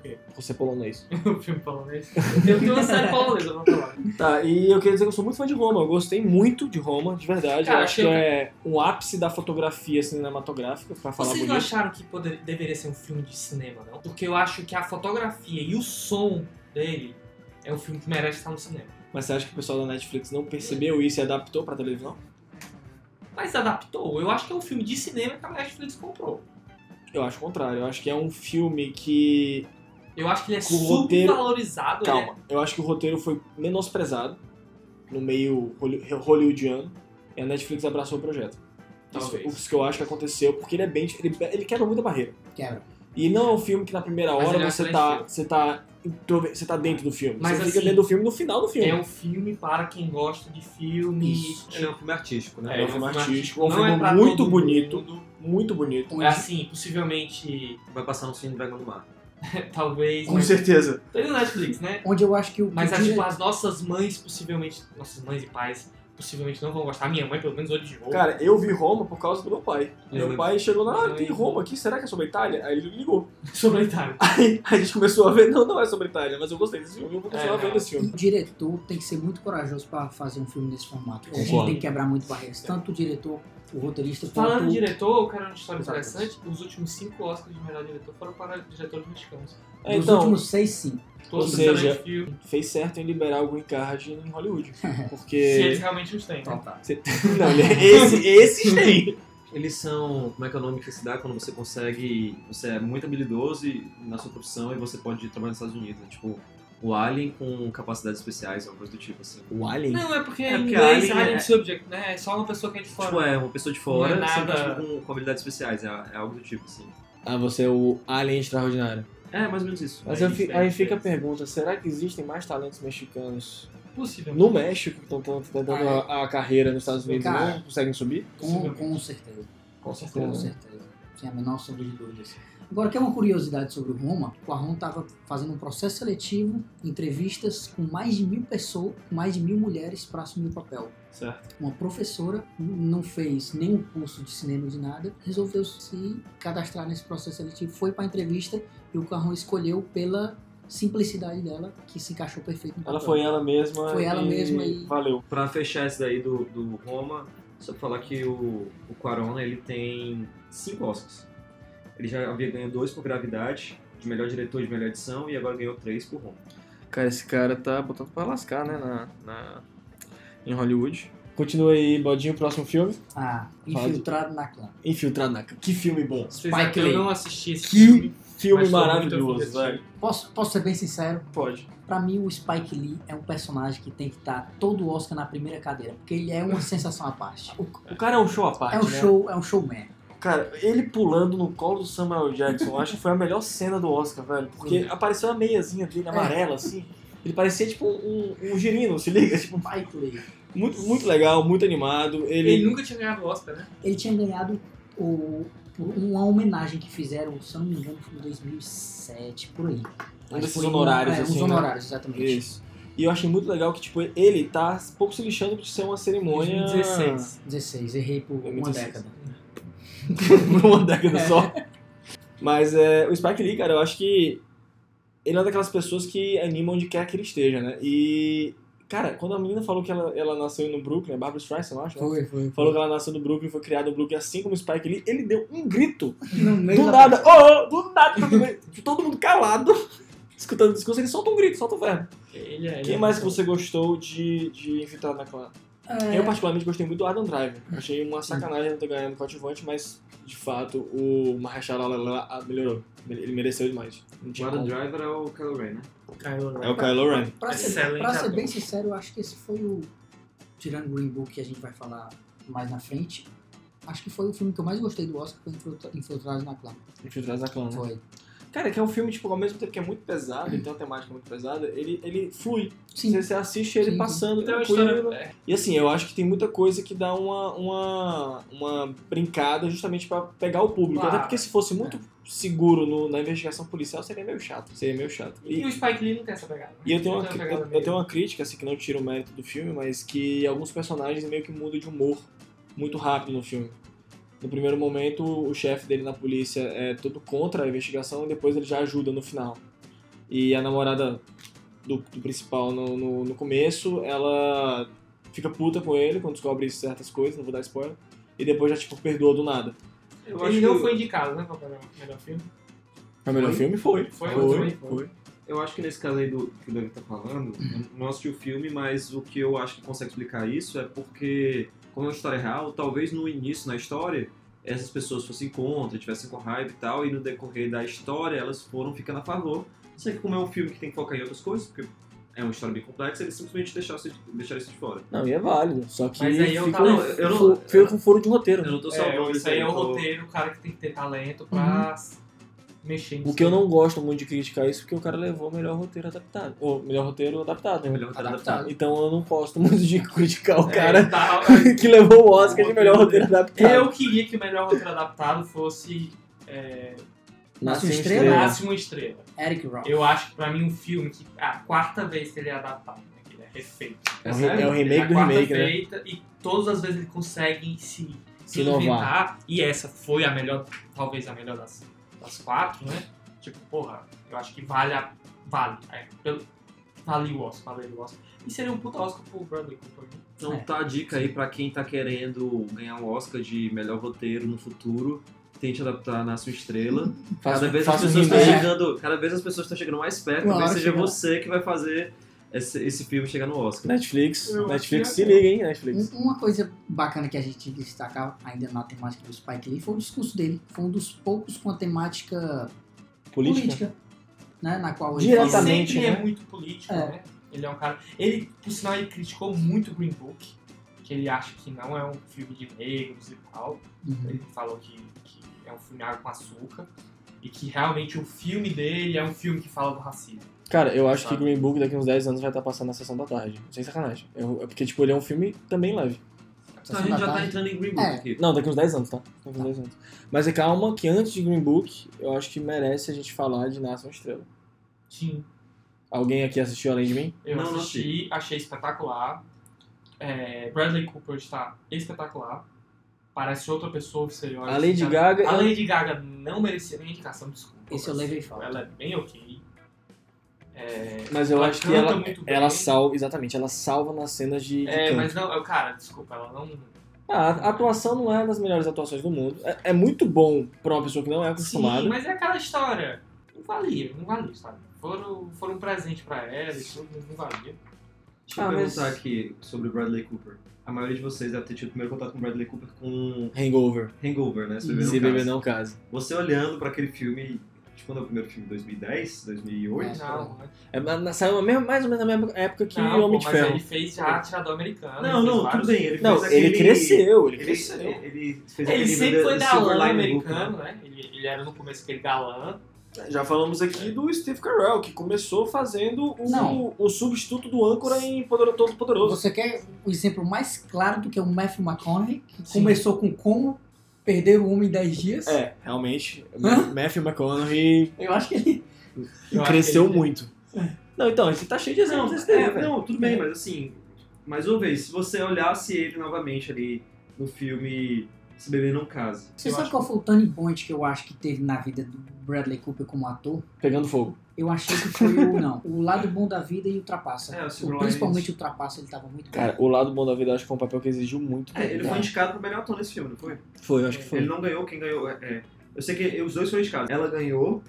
Speaker 2: quê?
Speaker 1: Por ser polonês.
Speaker 2: O filme polonês. Eu tenho uma série polonesa pra falar.
Speaker 1: Tá, e eu queria dizer que eu sou muito fã de Roma. Eu gostei muito de Roma, de verdade.
Speaker 2: Cara,
Speaker 1: eu acho
Speaker 2: chega.
Speaker 1: que é um ápice da fotografia cinematográfica, pra falar
Speaker 2: Vocês não
Speaker 1: bonito.
Speaker 2: acharam que poder- deveria ser um filme de cinema, não? Porque eu acho que a fotografia e o som dele é um filme que merece estar no cinema.
Speaker 1: Mas você acha que o pessoal da Netflix não percebeu isso e adaptou pra televisão?
Speaker 2: Mas adaptou. Eu acho que é um filme de cinema que a Netflix comprou.
Speaker 1: Eu acho o contrário. Eu acho que é um filme que.
Speaker 2: Eu acho que ele é
Speaker 1: O roteiro-
Speaker 2: subvalorizado. ele é-
Speaker 1: Calma. Eu acho que o roteiro foi menosprezado no meio holly- hollywoodiano. E a Netflix abraçou o projeto. Isso,
Speaker 2: Talvez.
Speaker 1: isso que eu acho que aconteceu, porque ele é bem. Ele, ele quebra muita barreira.
Speaker 4: Quebra.
Speaker 1: E não é um filme que na primeira
Speaker 2: Mas
Speaker 1: hora
Speaker 2: ele é um
Speaker 1: você
Speaker 2: excelente
Speaker 1: tá,
Speaker 2: filme.
Speaker 1: você, tá, introver- você tá dentro do filme.
Speaker 2: Mas
Speaker 1: você fica
Speaker 2: assim,
Speaker 1: dentro do filme no final do filme.
Speaker 2: É um filme para quem gosta de filme.
Speaker 4: Isso.
Speaker 3: Ele é um filme artístico, né?
Speaker 1: É, um filme artístico, é um
Speaker 2: Não
Speaker 1: filme
Speaker 2: pra
Speaker 1: muito
Speaker 2: todo
Speaker 1: bonito.
Speaker 2: mundo.
Speaker 1: Muito bonito.
Speaker 2: É assim, possivelmente,
Speaker 3: Vai passar no filme Dragão do Mar.
Speaker 2: talvez.
Speaker 1: Com
Speaker 2: mas-
Speaker 1: certeza.
Speaker 2: Tem no Netflix, né?
Speaker 4: Onde eu acho que o.
Speaker 2: Mas
Speaker 4: que o
Speaker 2: acho que
Speaker 1: é?
Speaker 4: dire-
Speaker 2: as nossas mães, possivelmente. Nossas mães e pais, possivelmente não vão gostar. A minha mãe, pelo menos, odiou.
Speaker 1: Cara, eu vi Roma por causa do meu pai.
Speaker 3: Eu
Speaker 1: Meu
Speaker 3: vi.
Speaker 1: pai chegou lá, ah, tem
Speaker 2: Eu vi.
Speaker 1: Roma aqui, será que é sobre a Itália? Aí ele ligou.
Speaker 2: sobre a Itália.
Speaker 1: Aí a gente começou a ver, não, não é sobre a Itália, mas eu gostei desse filme, eu vou continuar
Speaker 2: É,
Speaker 1: vendo
Speaker 2: não.
Speaker 1: esse filme.
Speaker 4: O diretor tem que ser muito corajoso pra fazer um filme desse formato. A gente
Speaker 1: Concordo.
Speaker 4: tem que quebrar muito barreiras. Tanto o diretor, o roteirista,
Speaker 2: Falando
Speaker 4: quanto
Speaker 2: em diretor, eu quero uma história
Speaker 4: Exato.
Speaker 2: interessante. Os últimos cinco Oscars de melhor diretor foram para diretores mexicanos.
Speaker 1: É,
Speaker 4: dos
Speaker 1: então,
Speaker 4: últimos seis, sim.
Speaker 2: Todos
Speaker 1: Ou
Speaker 2: os
Speaker 1: seja,
Speaker 2: excelentes filmes,
Speaker 1: fez certo em liberar o Green Card em Hollywood.
Speaker 2: se eles
Speaker 1: Porque.
Speaker 2: realmente os têm. né?
Speaker 1: não, ele- esse, esses tem.
Speaker 3: Eles são. Como é que é o nome que se dá quando você consegue. Você é muito habilidoso e- na sua profissão e você pode trabalhar nos Estados Unidos. né? Tipo, o Alien com capacidades especiais, alguma coisa do tipo, assim.
Speaker 1: O Alien?
Speaker 2: Não, é porque
Speaker 3: É
Speaker 2: em
Speaker 3: porque
Speaker 2: inglês
Speaker 3: Alien
Speaker 2: é Alien
Speaker 3: é-
Speaker 2: Subject, né? É só uma pessoa que é de fora.
Speaker 3: Tipo, é uma pessoa de fora,
Speaker 2: Não é
Speaker 3: sempre,
Speaker 2: nada-
Speaker 3: tipo, com, com habilidades especiais, é, é algo do tipo, assim.
Speaker 1: Ah, você é o Alien Extraordinário.
Speaker 3: É, mais ou menos isso.
Speaker 1: Mas
Speaker 2: É
Speaker 1: eu fi-
Speaker 2: isso, é
Speaker 1: aí
Speaker 2: isso,
Speaker 1: fica
Speaker 2: é
Speaker 1: a
Speaker 2: isso.
Speaker 1: pergunta: será que existem mais talentos mexicanos
Speaker 2: Possivelmente.
Speaker 1: Tipo, no México que estão tentando a, a carreira nos Estados Unidos e
Speaker 4: Cara.
Speaker 1: não conseguem subir?
Speaker 4: Com, com certeza.
Speaker 2: Com
Speaker 4: Com
Speaker 2: certeza.
Speaker 4: certeza. Sem a menor sombra de dúvidas. Agora, quer uma curiosidade sobre o Roma? O Arron estava fazendo um processo seletivo, entrevistas com mais de mil pessoas, com mais de mil mulheres para assumir o papel.
Speaker 1: Certo.
Speaker 4: Uma professora não fez nenhum curso de cinema de nada, resolveu se cadastrar nesse processo seletivo, foi para a entrevista e o Carrão escolheu pela simplicidade dela, que se encaixou perfeito no papel.
Speaker 1: Ela foi ela mesma.
Speaker 4: Foi ela
Speaker 1: e...
Speaker 4: mesma e-
Speaker 1: Valeu.
Speaker 3: Pra fechar esse daí do, do Roma, só pra falar que o, o Quarona, ele tem cinco Oscars. Ele já havia ganho dois por Gravidade, de melhor diretor, de melhor edição, e agora ganhou três por Roma.
Speaker 1: Cara, esse cara tá botando pra lascar, né? Na, na- Em Hollywood. Continua aí, Bodinho, o próximo filme.
Speaker 4: Ah,
Speaker 1: Fala de-
Speaker 4: infiltrado na clã.
Speaker 1: Infiltrado na. Que filme bom.
Speaker 2: Vocês
Speaker 4: Spike
Speaker 2: é que eu
Speaker 4: Lee.
Speaker 2: não assisti esse
Speaker 1: Que
Speaker 2: filme.
Speaker 1: Filme
Speaker 2: mas tô muito afim de
Speaker 1: maravilhoso,
Speaker 2: assistir.
Speaker 1: velho.
Speaker 4: Posso, posso ser bem sincero?
Speaker 1: Pode.
Speaker 4: Pra mim, o Spike Lee é um personagem que tem que estar todo Oscar na primeira cadeira, porque ele é uma sensação à parte.
Speaker 1: O, o cara é um show à parte,
Speaker 4: É um
Speaker 1: né?
Speaker 4: show, é um showman.
Speaker 1: Cara, ele pulando no colo do Samuel Jackson, eu acho que foi a melhor cena do Oscar, velho. Porque apareceu a meiazinha dele,
Speaker 4: É.
Speaker 1: amarela, assim. Ele parecia tipo um, um girino, se liga? Tipo,
Speaker 4: Spike Lee.
Speaker 1: muito, muito legal, muito animado.
Speaker 2: Ele...
Speaker 1: Ele.
Speaker 2: nunca tinha ganhado o Oscar, né?
Speaker 4: Ele tinha ganhado o, uma homenagem que fizeram, se eu não me engano, foi em 2007, por aí. Mas
Speaker 1: desses
Speaker 4: foi um-
Speaker 1: honorários,
Speaker 4: é,
Speaker 1: assim,
Speaker 4: Os
Speaker 1: né?
Speaker 4: honorários, exatamente.
Speaker 1: Isso. E eu achei muito legal que, tipo, ele tá um pouco se lixando de ser uma cerimônia.
Speaker 2: 2016.
Speaker 4: 16, errei por
Speaker 1: É muito
Speaker 4: uma
Speaker 1: difícil.
Speaker 4: década.
Speaker 1: por uma década
Speaker 2: É.
Speaker 1: só. Mas é, o Spike Lee, cara, eu acho que ele é uma daquelas pessoas que anima onde quer que ele esteja, né? E, cara, quando a menina falou que ela, ela nasceu no Brooklyn, é Barbara Streisand, eu acho, né?
Speaker 4: Foi, foi.
Speaker 1: Falou que ela nasceu no Brooklyn, foi criada no Brooklyn, assim como o Spike Lee, ele deu um grito.
Speaker 4: No meio
Speaker 1: do
Speaker 4: da-
Speaker 1: nada, oh, oh, do nada, todo mundo- todo mundo calado, escutando o discurso, ele solta um grito, solta o verbo.
Speaker 2: Ele é.
Speaker 1: Quem mais que você gostou de, de infiltrar na clã?
Speaker 4: É,
Speaker 1: Eu particularmente gostei muito do Adam Driver. Achei uma sacanagem não ter ganhado o coadjuvante, mas de fato o Marrachal melhorou. Ele mereceu demais. Não
Speaker 3: O
Speaker 1: tinha
Speaker 3: Adam
Speaker 1: como.
Speaker 3: Driver é o Kylo Ren, né?
Speaker 1: É o Kylo Ren.
Speaker 4: pra, ser,
Speaker 2: Excelente
Speaker 4: pra ser
Speaker 2: ator.
Speaker 4: bem sincero, eu acho que esse foi o. Tirando Green Book, que a gente vai falar mais na frente. acho que foi o filme que eu mais gostei do Oscar, foi Infiltra- Infiltrados na Clã.
Speaker 1: Infiltrados na Clã, né?
Speaker 4: Foi.
Speaker 1: Cara, que é um filme, tipo, ao mesmo tempo que é muito pesado, ele tem uma temática muito pesada, ele, ele flui.
Speaker 4: Sim.
Speaker 1: Você, você assiste ele
Speaker 4: Sim.
Speaker 1: passando
Speaker 2: Tem uma
Speaker 1: tranquilo.
Speaker 2: história. é,
Speaker 1: E assim, eu acho que tem muita coisa que dá uma, uma, uma brincada justamente pra pegar o público.
Speaker 2: Claro.
Speaker 1: Até porque se fosse muito seguro no- na investigação policial, seria meio chato. Seria meio chato.
Speaker 2: E, o Spike Lee não tem essa pegada. né?
Speaker 1: E eu tenho,
Speaker 2: Não
Speaker 1: uma,
Speaker 2: tem
Speaker 1: cri-
Speaker 2: pegada
Speaker 1: eu, eu
Speaker 2: meio-
Speaker 1: tenho uma crítica, assim, que não tira o mérito do filme, mas que alguns personagens meio que mudam de humor muito rápido no filme. No primeiro momento, o chefe dele na polícia é todo contra a investigação e depois ele já ajuda no final. E a namorada do, do principal no, no, no começo, ela fica puta com ele quando descobre certas coisas, não vou dar spoiler, e depois já, tipo, perdoa do nada.
Speaker 3: Eu acho
Speaker 2: Ele não
Speaker 3: que-
Speaker 2: foi indicado, né, pra melhor, melhor filme.
Speaker 1: É o melhor
Speaker 3: Foi?
Speaker 1: filme? Foi.
Speaker 2: Foi,
Speaker 1: foi.
Speaker 2: foi, foi.
Speaker 3: Eu acho que nesse caso aí do que o David tá falando, eu não assisti o filme, mas o que eu acho que consegue explicar isso é porque, como é uma história real, talvez no início, na história, essas pessoas fossem contra, tivessem com raiva e tal, e no decorrer da história elas foram ficando a favor. Só que como é um filme que tem que focar em outras coisas, porque é uma história bem complexa, eles simplesmente deixaram, isso- deixaram isso de fora.
Speaker 1: Não, e é válido. Só que
Speaker 2: Mas aí eu
Speaker 1: fica,
Speaker 2: tava-
Speaker 1: um-
Speaker 3: eu não-
Speaker 1: fu- fica com furo de roteiro.
Speaker 3: Eu não tô salvando
Speaker 2: É, isso aí é o
Speaker 3: eu tô-
Speaker 2: roteiro, o cara que tem que ter talento pra mexer em
Speaker 1: Uhum. O que eu não gosto muito de criticar isso porque o cara levou o melhor roteiro adaptado. Ou melhor roteiro adaptado, né?
Speaker 3: Melhor roteiro adaptado.
Speaker 1: Então eu não gosto muito de criticar o
Speaker 2: É,
Speaker 1: cara
Speaker 2: tá-
Speaker 1: que levou o Oscar de melhor roteiro adaptado.
Speaker 2: Eu queria que o melhor roteiro adaptado fosse é,
Speaker 1: Nasce
Speaker 4: uma
Speaker 1: uma
Speaker 4: estrela.
Speaker 1: estrela.
Speaker 2: Nasce uma Estrela.
Speaker 4: Eric Roth.
Speaker 2: Eu acho que pra mim um filme que é a quarta vez que ele é adaptado, né, que ele é refeito.
Speaker 1: É o re-
Speaker 2: sério?
Speaker 1: é o remake
Speaker 2: Ele a
Speaker 1: do
Speaker 2: quarta
Speaker 1: remake, né?
Speaker 2: feita, E todas as vezes ele consegue se, se
Speaker 1: Inovar.
Speaker 2: inventar. E essa foi a melhor, talvez a melhor das, das quatro, né? Tipo, porra, eu acho que vale a. Vale. É, pelo, vale o Oscar, vale o Oscar. E seria um puta Oscar pro Bradley Cooper. né?
Speaker 3: Então
Speaker 4: É.
Speaker 3: tá a dica aí pra quem tá querendo ganhar o Oscar de melhor roteiro no futuro. Tente adaptar na sua estrela.
Speaker 1: Faça-
Speaker 3: Cada vez as
Speaker 1: faça um
Speaker 3: pessoas estão
Speaker 1: remake.
Speaker 3: chegando. Cada vez as pessoas estão chegando mais perto.
Speaker 4: Uma
Speaker 3: Talvez
Speaker 4: hora
Speaker 3: seja
Speaker 4: chega lá.
Speaker 3: você que vai fazer esse, esse filme chegar no
Speaker 2: Né?
Speaker 3: Oscar.
Speaker 1: Netflix.
Speaker 2: Eu
Speaker 1: Netflix
Speaker 2: acho
Speaker 1: se
Speaker 2: que é.
Speaker 1: liga, hein, Netflix.
Speaker 4: Um- Uma coisa bacana que a gente tem que destacar ainda na temática do Spike Lee foi o discurso dele. Foi um dos poucos com a temática
Speaker 1: Política.
Speaker 4: política, né? Na qual ele
Speaker 2: Ele
Speaker 1: Diretamente.
Speaker 4: fala-
Speaker 2: sempre
Speaker 1: né?
Speaker 2: é muito político,
Speaker 4: É.
Speaker 2: né? Ele é um cara. Ele, por sinal, ele criticou muito o Green Book, que ele acha que não é um filme de negros e tal.
Speaker 4: Uhum.
Speaker 2: Ele falou que, que é um filme água com açúcar. E que realmente o filme dele é um filme que fala do racismo.
Speaker 1: Cara, eu acho que
Speaker 2: Sabe?
Speaker 1: Green Book daqui uns 10 anos vai estar passando na sessão da tarde. Sem sacanagem. Eu- é porque, tipo, ele é um filme também leve.
Speaker 3: Então a gente já tá
Speaker 4: Batata.
Speaker 3: entrando em Green Book
Speaker 4: É.
Speaker 3: aqui.
Speaker 1: Não, daqui uns 10 anos, tá? Daqui uns 10 anos. Mas é calma que antes de Green Book, eu acho que merece a gente falar de Nasce uma Estrela.
Speaker 2: Sim,
Speaker 1: Alguém aqui assistiu além de mim?
Speaker 2: eu
Speaker 3: Não, não
Speaker 2: assisti, achei espetacular. É, Bradley Cooper está espetacular. Parece outra pessoa que você olha.
Speaker 1: A
Speaker 2: assim,
Speaker 1: Lady
Speaker 2: cara,
Speaker 1: Gaga.
Speaker 2: A Lady Gaga não merecia nem indicação, desculpa.
Speaker 4: Esse eu
Speaker 2: mas
Speaker 4: levei fora.
Speaker 2: Ela é bem ok. É,
Speaker 1: Mas eu
Speaker 2: ela
Speaker 1: acho que
Speaker 2: canta
Speaker 1: ela,
Speaker 2: muito bem.
Speaker 1: ela salva, exatamente, ela salva nas cenas de, de
Speaker 2: É,
Speaker 1: canto.
Speaker 2: mas não, eu- cara, desculpa, ela não.
Speaker 1: Ah, a atuação não é das melhores atuações do mundo. É, é muito bom pra uma pessoa que não é acostumada.
Speaker 2: Sim, mas é aquela história. Não valia, não valia, sabe? Foram, foram um presente pra ela e tudo, mas não valia.
Speaker 3: Deixa eu
Speaker 1: Ah, mas-
Speaker 3: perguntar aqui sobre o Bradley Cooper. A maioria de vocês deve ter tido o primeiro contato com o Bradley Cooper com
Speaker 1: Hangover.
Speaker 3: Hangover, né? Se beber
Speaker 1: Se
Speaker 3: no
Speaker 1: beber
Speaker 3: caso.
Speaker 1: não é casa.
Speaker 3: Você olhando pra aquele filme, de quando é o primeiro filme? 2010? 2008?
Speaker 2: Não, né?
Speaker 1: É, na- na- saiu na mesma- mais ou menos na mesma época que
Speaker 2: não pô,
Speaker 1: Homem
Speaker 2: mas
Speaker 1: de Ferro.
Speaker 2: ele fez já Atirador Americano.
Speaker 3: Não,
Speaker 2: ele fez
Speaker 3: não, tudo
Speaker 2: vários-
Speaker 3: bem. Ele
Speaker 1: Não,
Speaker 3: fez
Speaker 1: ele
Speaker 3: aquele-
Speaker 1: cresceu, ele
Speaker 3: Ele,
Speaker 1: cresceu.
Speaker 3: ele, fez
Speaker 2: Ele
Speaker 3: aquele
Speaker 2: sempre
Speaker 3: The-
Speaker 2: foi
Speaker 3: The Silver
Speaker 2: galã
Speaker 3: Lining Book, né?
Speaker 2: americano, né? Ele, ele era no começo aquele galã.
Speaker 1: Já falamos
Speaker 3: É.
Speaker 1: aqui do Steve Carell, que começou fazendo
Speaker 4: Não.
Speaker 1: o, o substituto do âncora em Poderoso Todo Poderoso.
Speaker 4: Você quer o exemplo mais claro do que é o Matthew McConaughey, que
Speaker 2: Sim.
Speaker 4: começou com como perder o homem em 10 dias?
Speaker 1: É, realmente.
Speaker 4: Hã?
Speaker 1: Matthew McConaughey
Speaker 4: Eu acho que ele
Speaker 2: Eu acho
Speaker 1: cresceu
Speaker 2: que ele-
Speaker 1: muito. Não, então, ele tá cheio de
Speaker 3: Não,
Speaker 1: exemplos desse daí,
Speaker 3: é,
Speaker 1: velho.
Speaker 3: não, tudo bem, mas assim, mais uma vez, se você olhasse ele novamente ali no filme Se Beber Não Case.
Speaker 4: Você
Speaker 2: Eu
Speaker 4: sabe
Speaker 2: acho
Speaker 4: qual foi o turning point que eu acho que teve na vida do Bradley Cooper como ator?
Speaker 1: Pegando fogo.
Speaker 4: Eu achei que foi o não, o lado bom da vida e o trapaça.
Speaker 3: É, o
Speaker 4: O-
Speaker 3: Silver
Speaker 4: principalmente o trapaça, ele tava muito
Speaker 1: Cara, o lado bom da vida eu acho que foi um papel que exigiu muito.
Speaker 3: É, ele
Speaker 4: É.
Speaker 3: foi indicado pro melhor ator nesse filme, não foi?
Speaker 1: Foi, eu acho que
Speaker 3: Ele
Speaker 1: foi.
Speaker 3: não ganhou, quem ganhou. é- é. eu sei que os dois foram indicados. Ela ganhou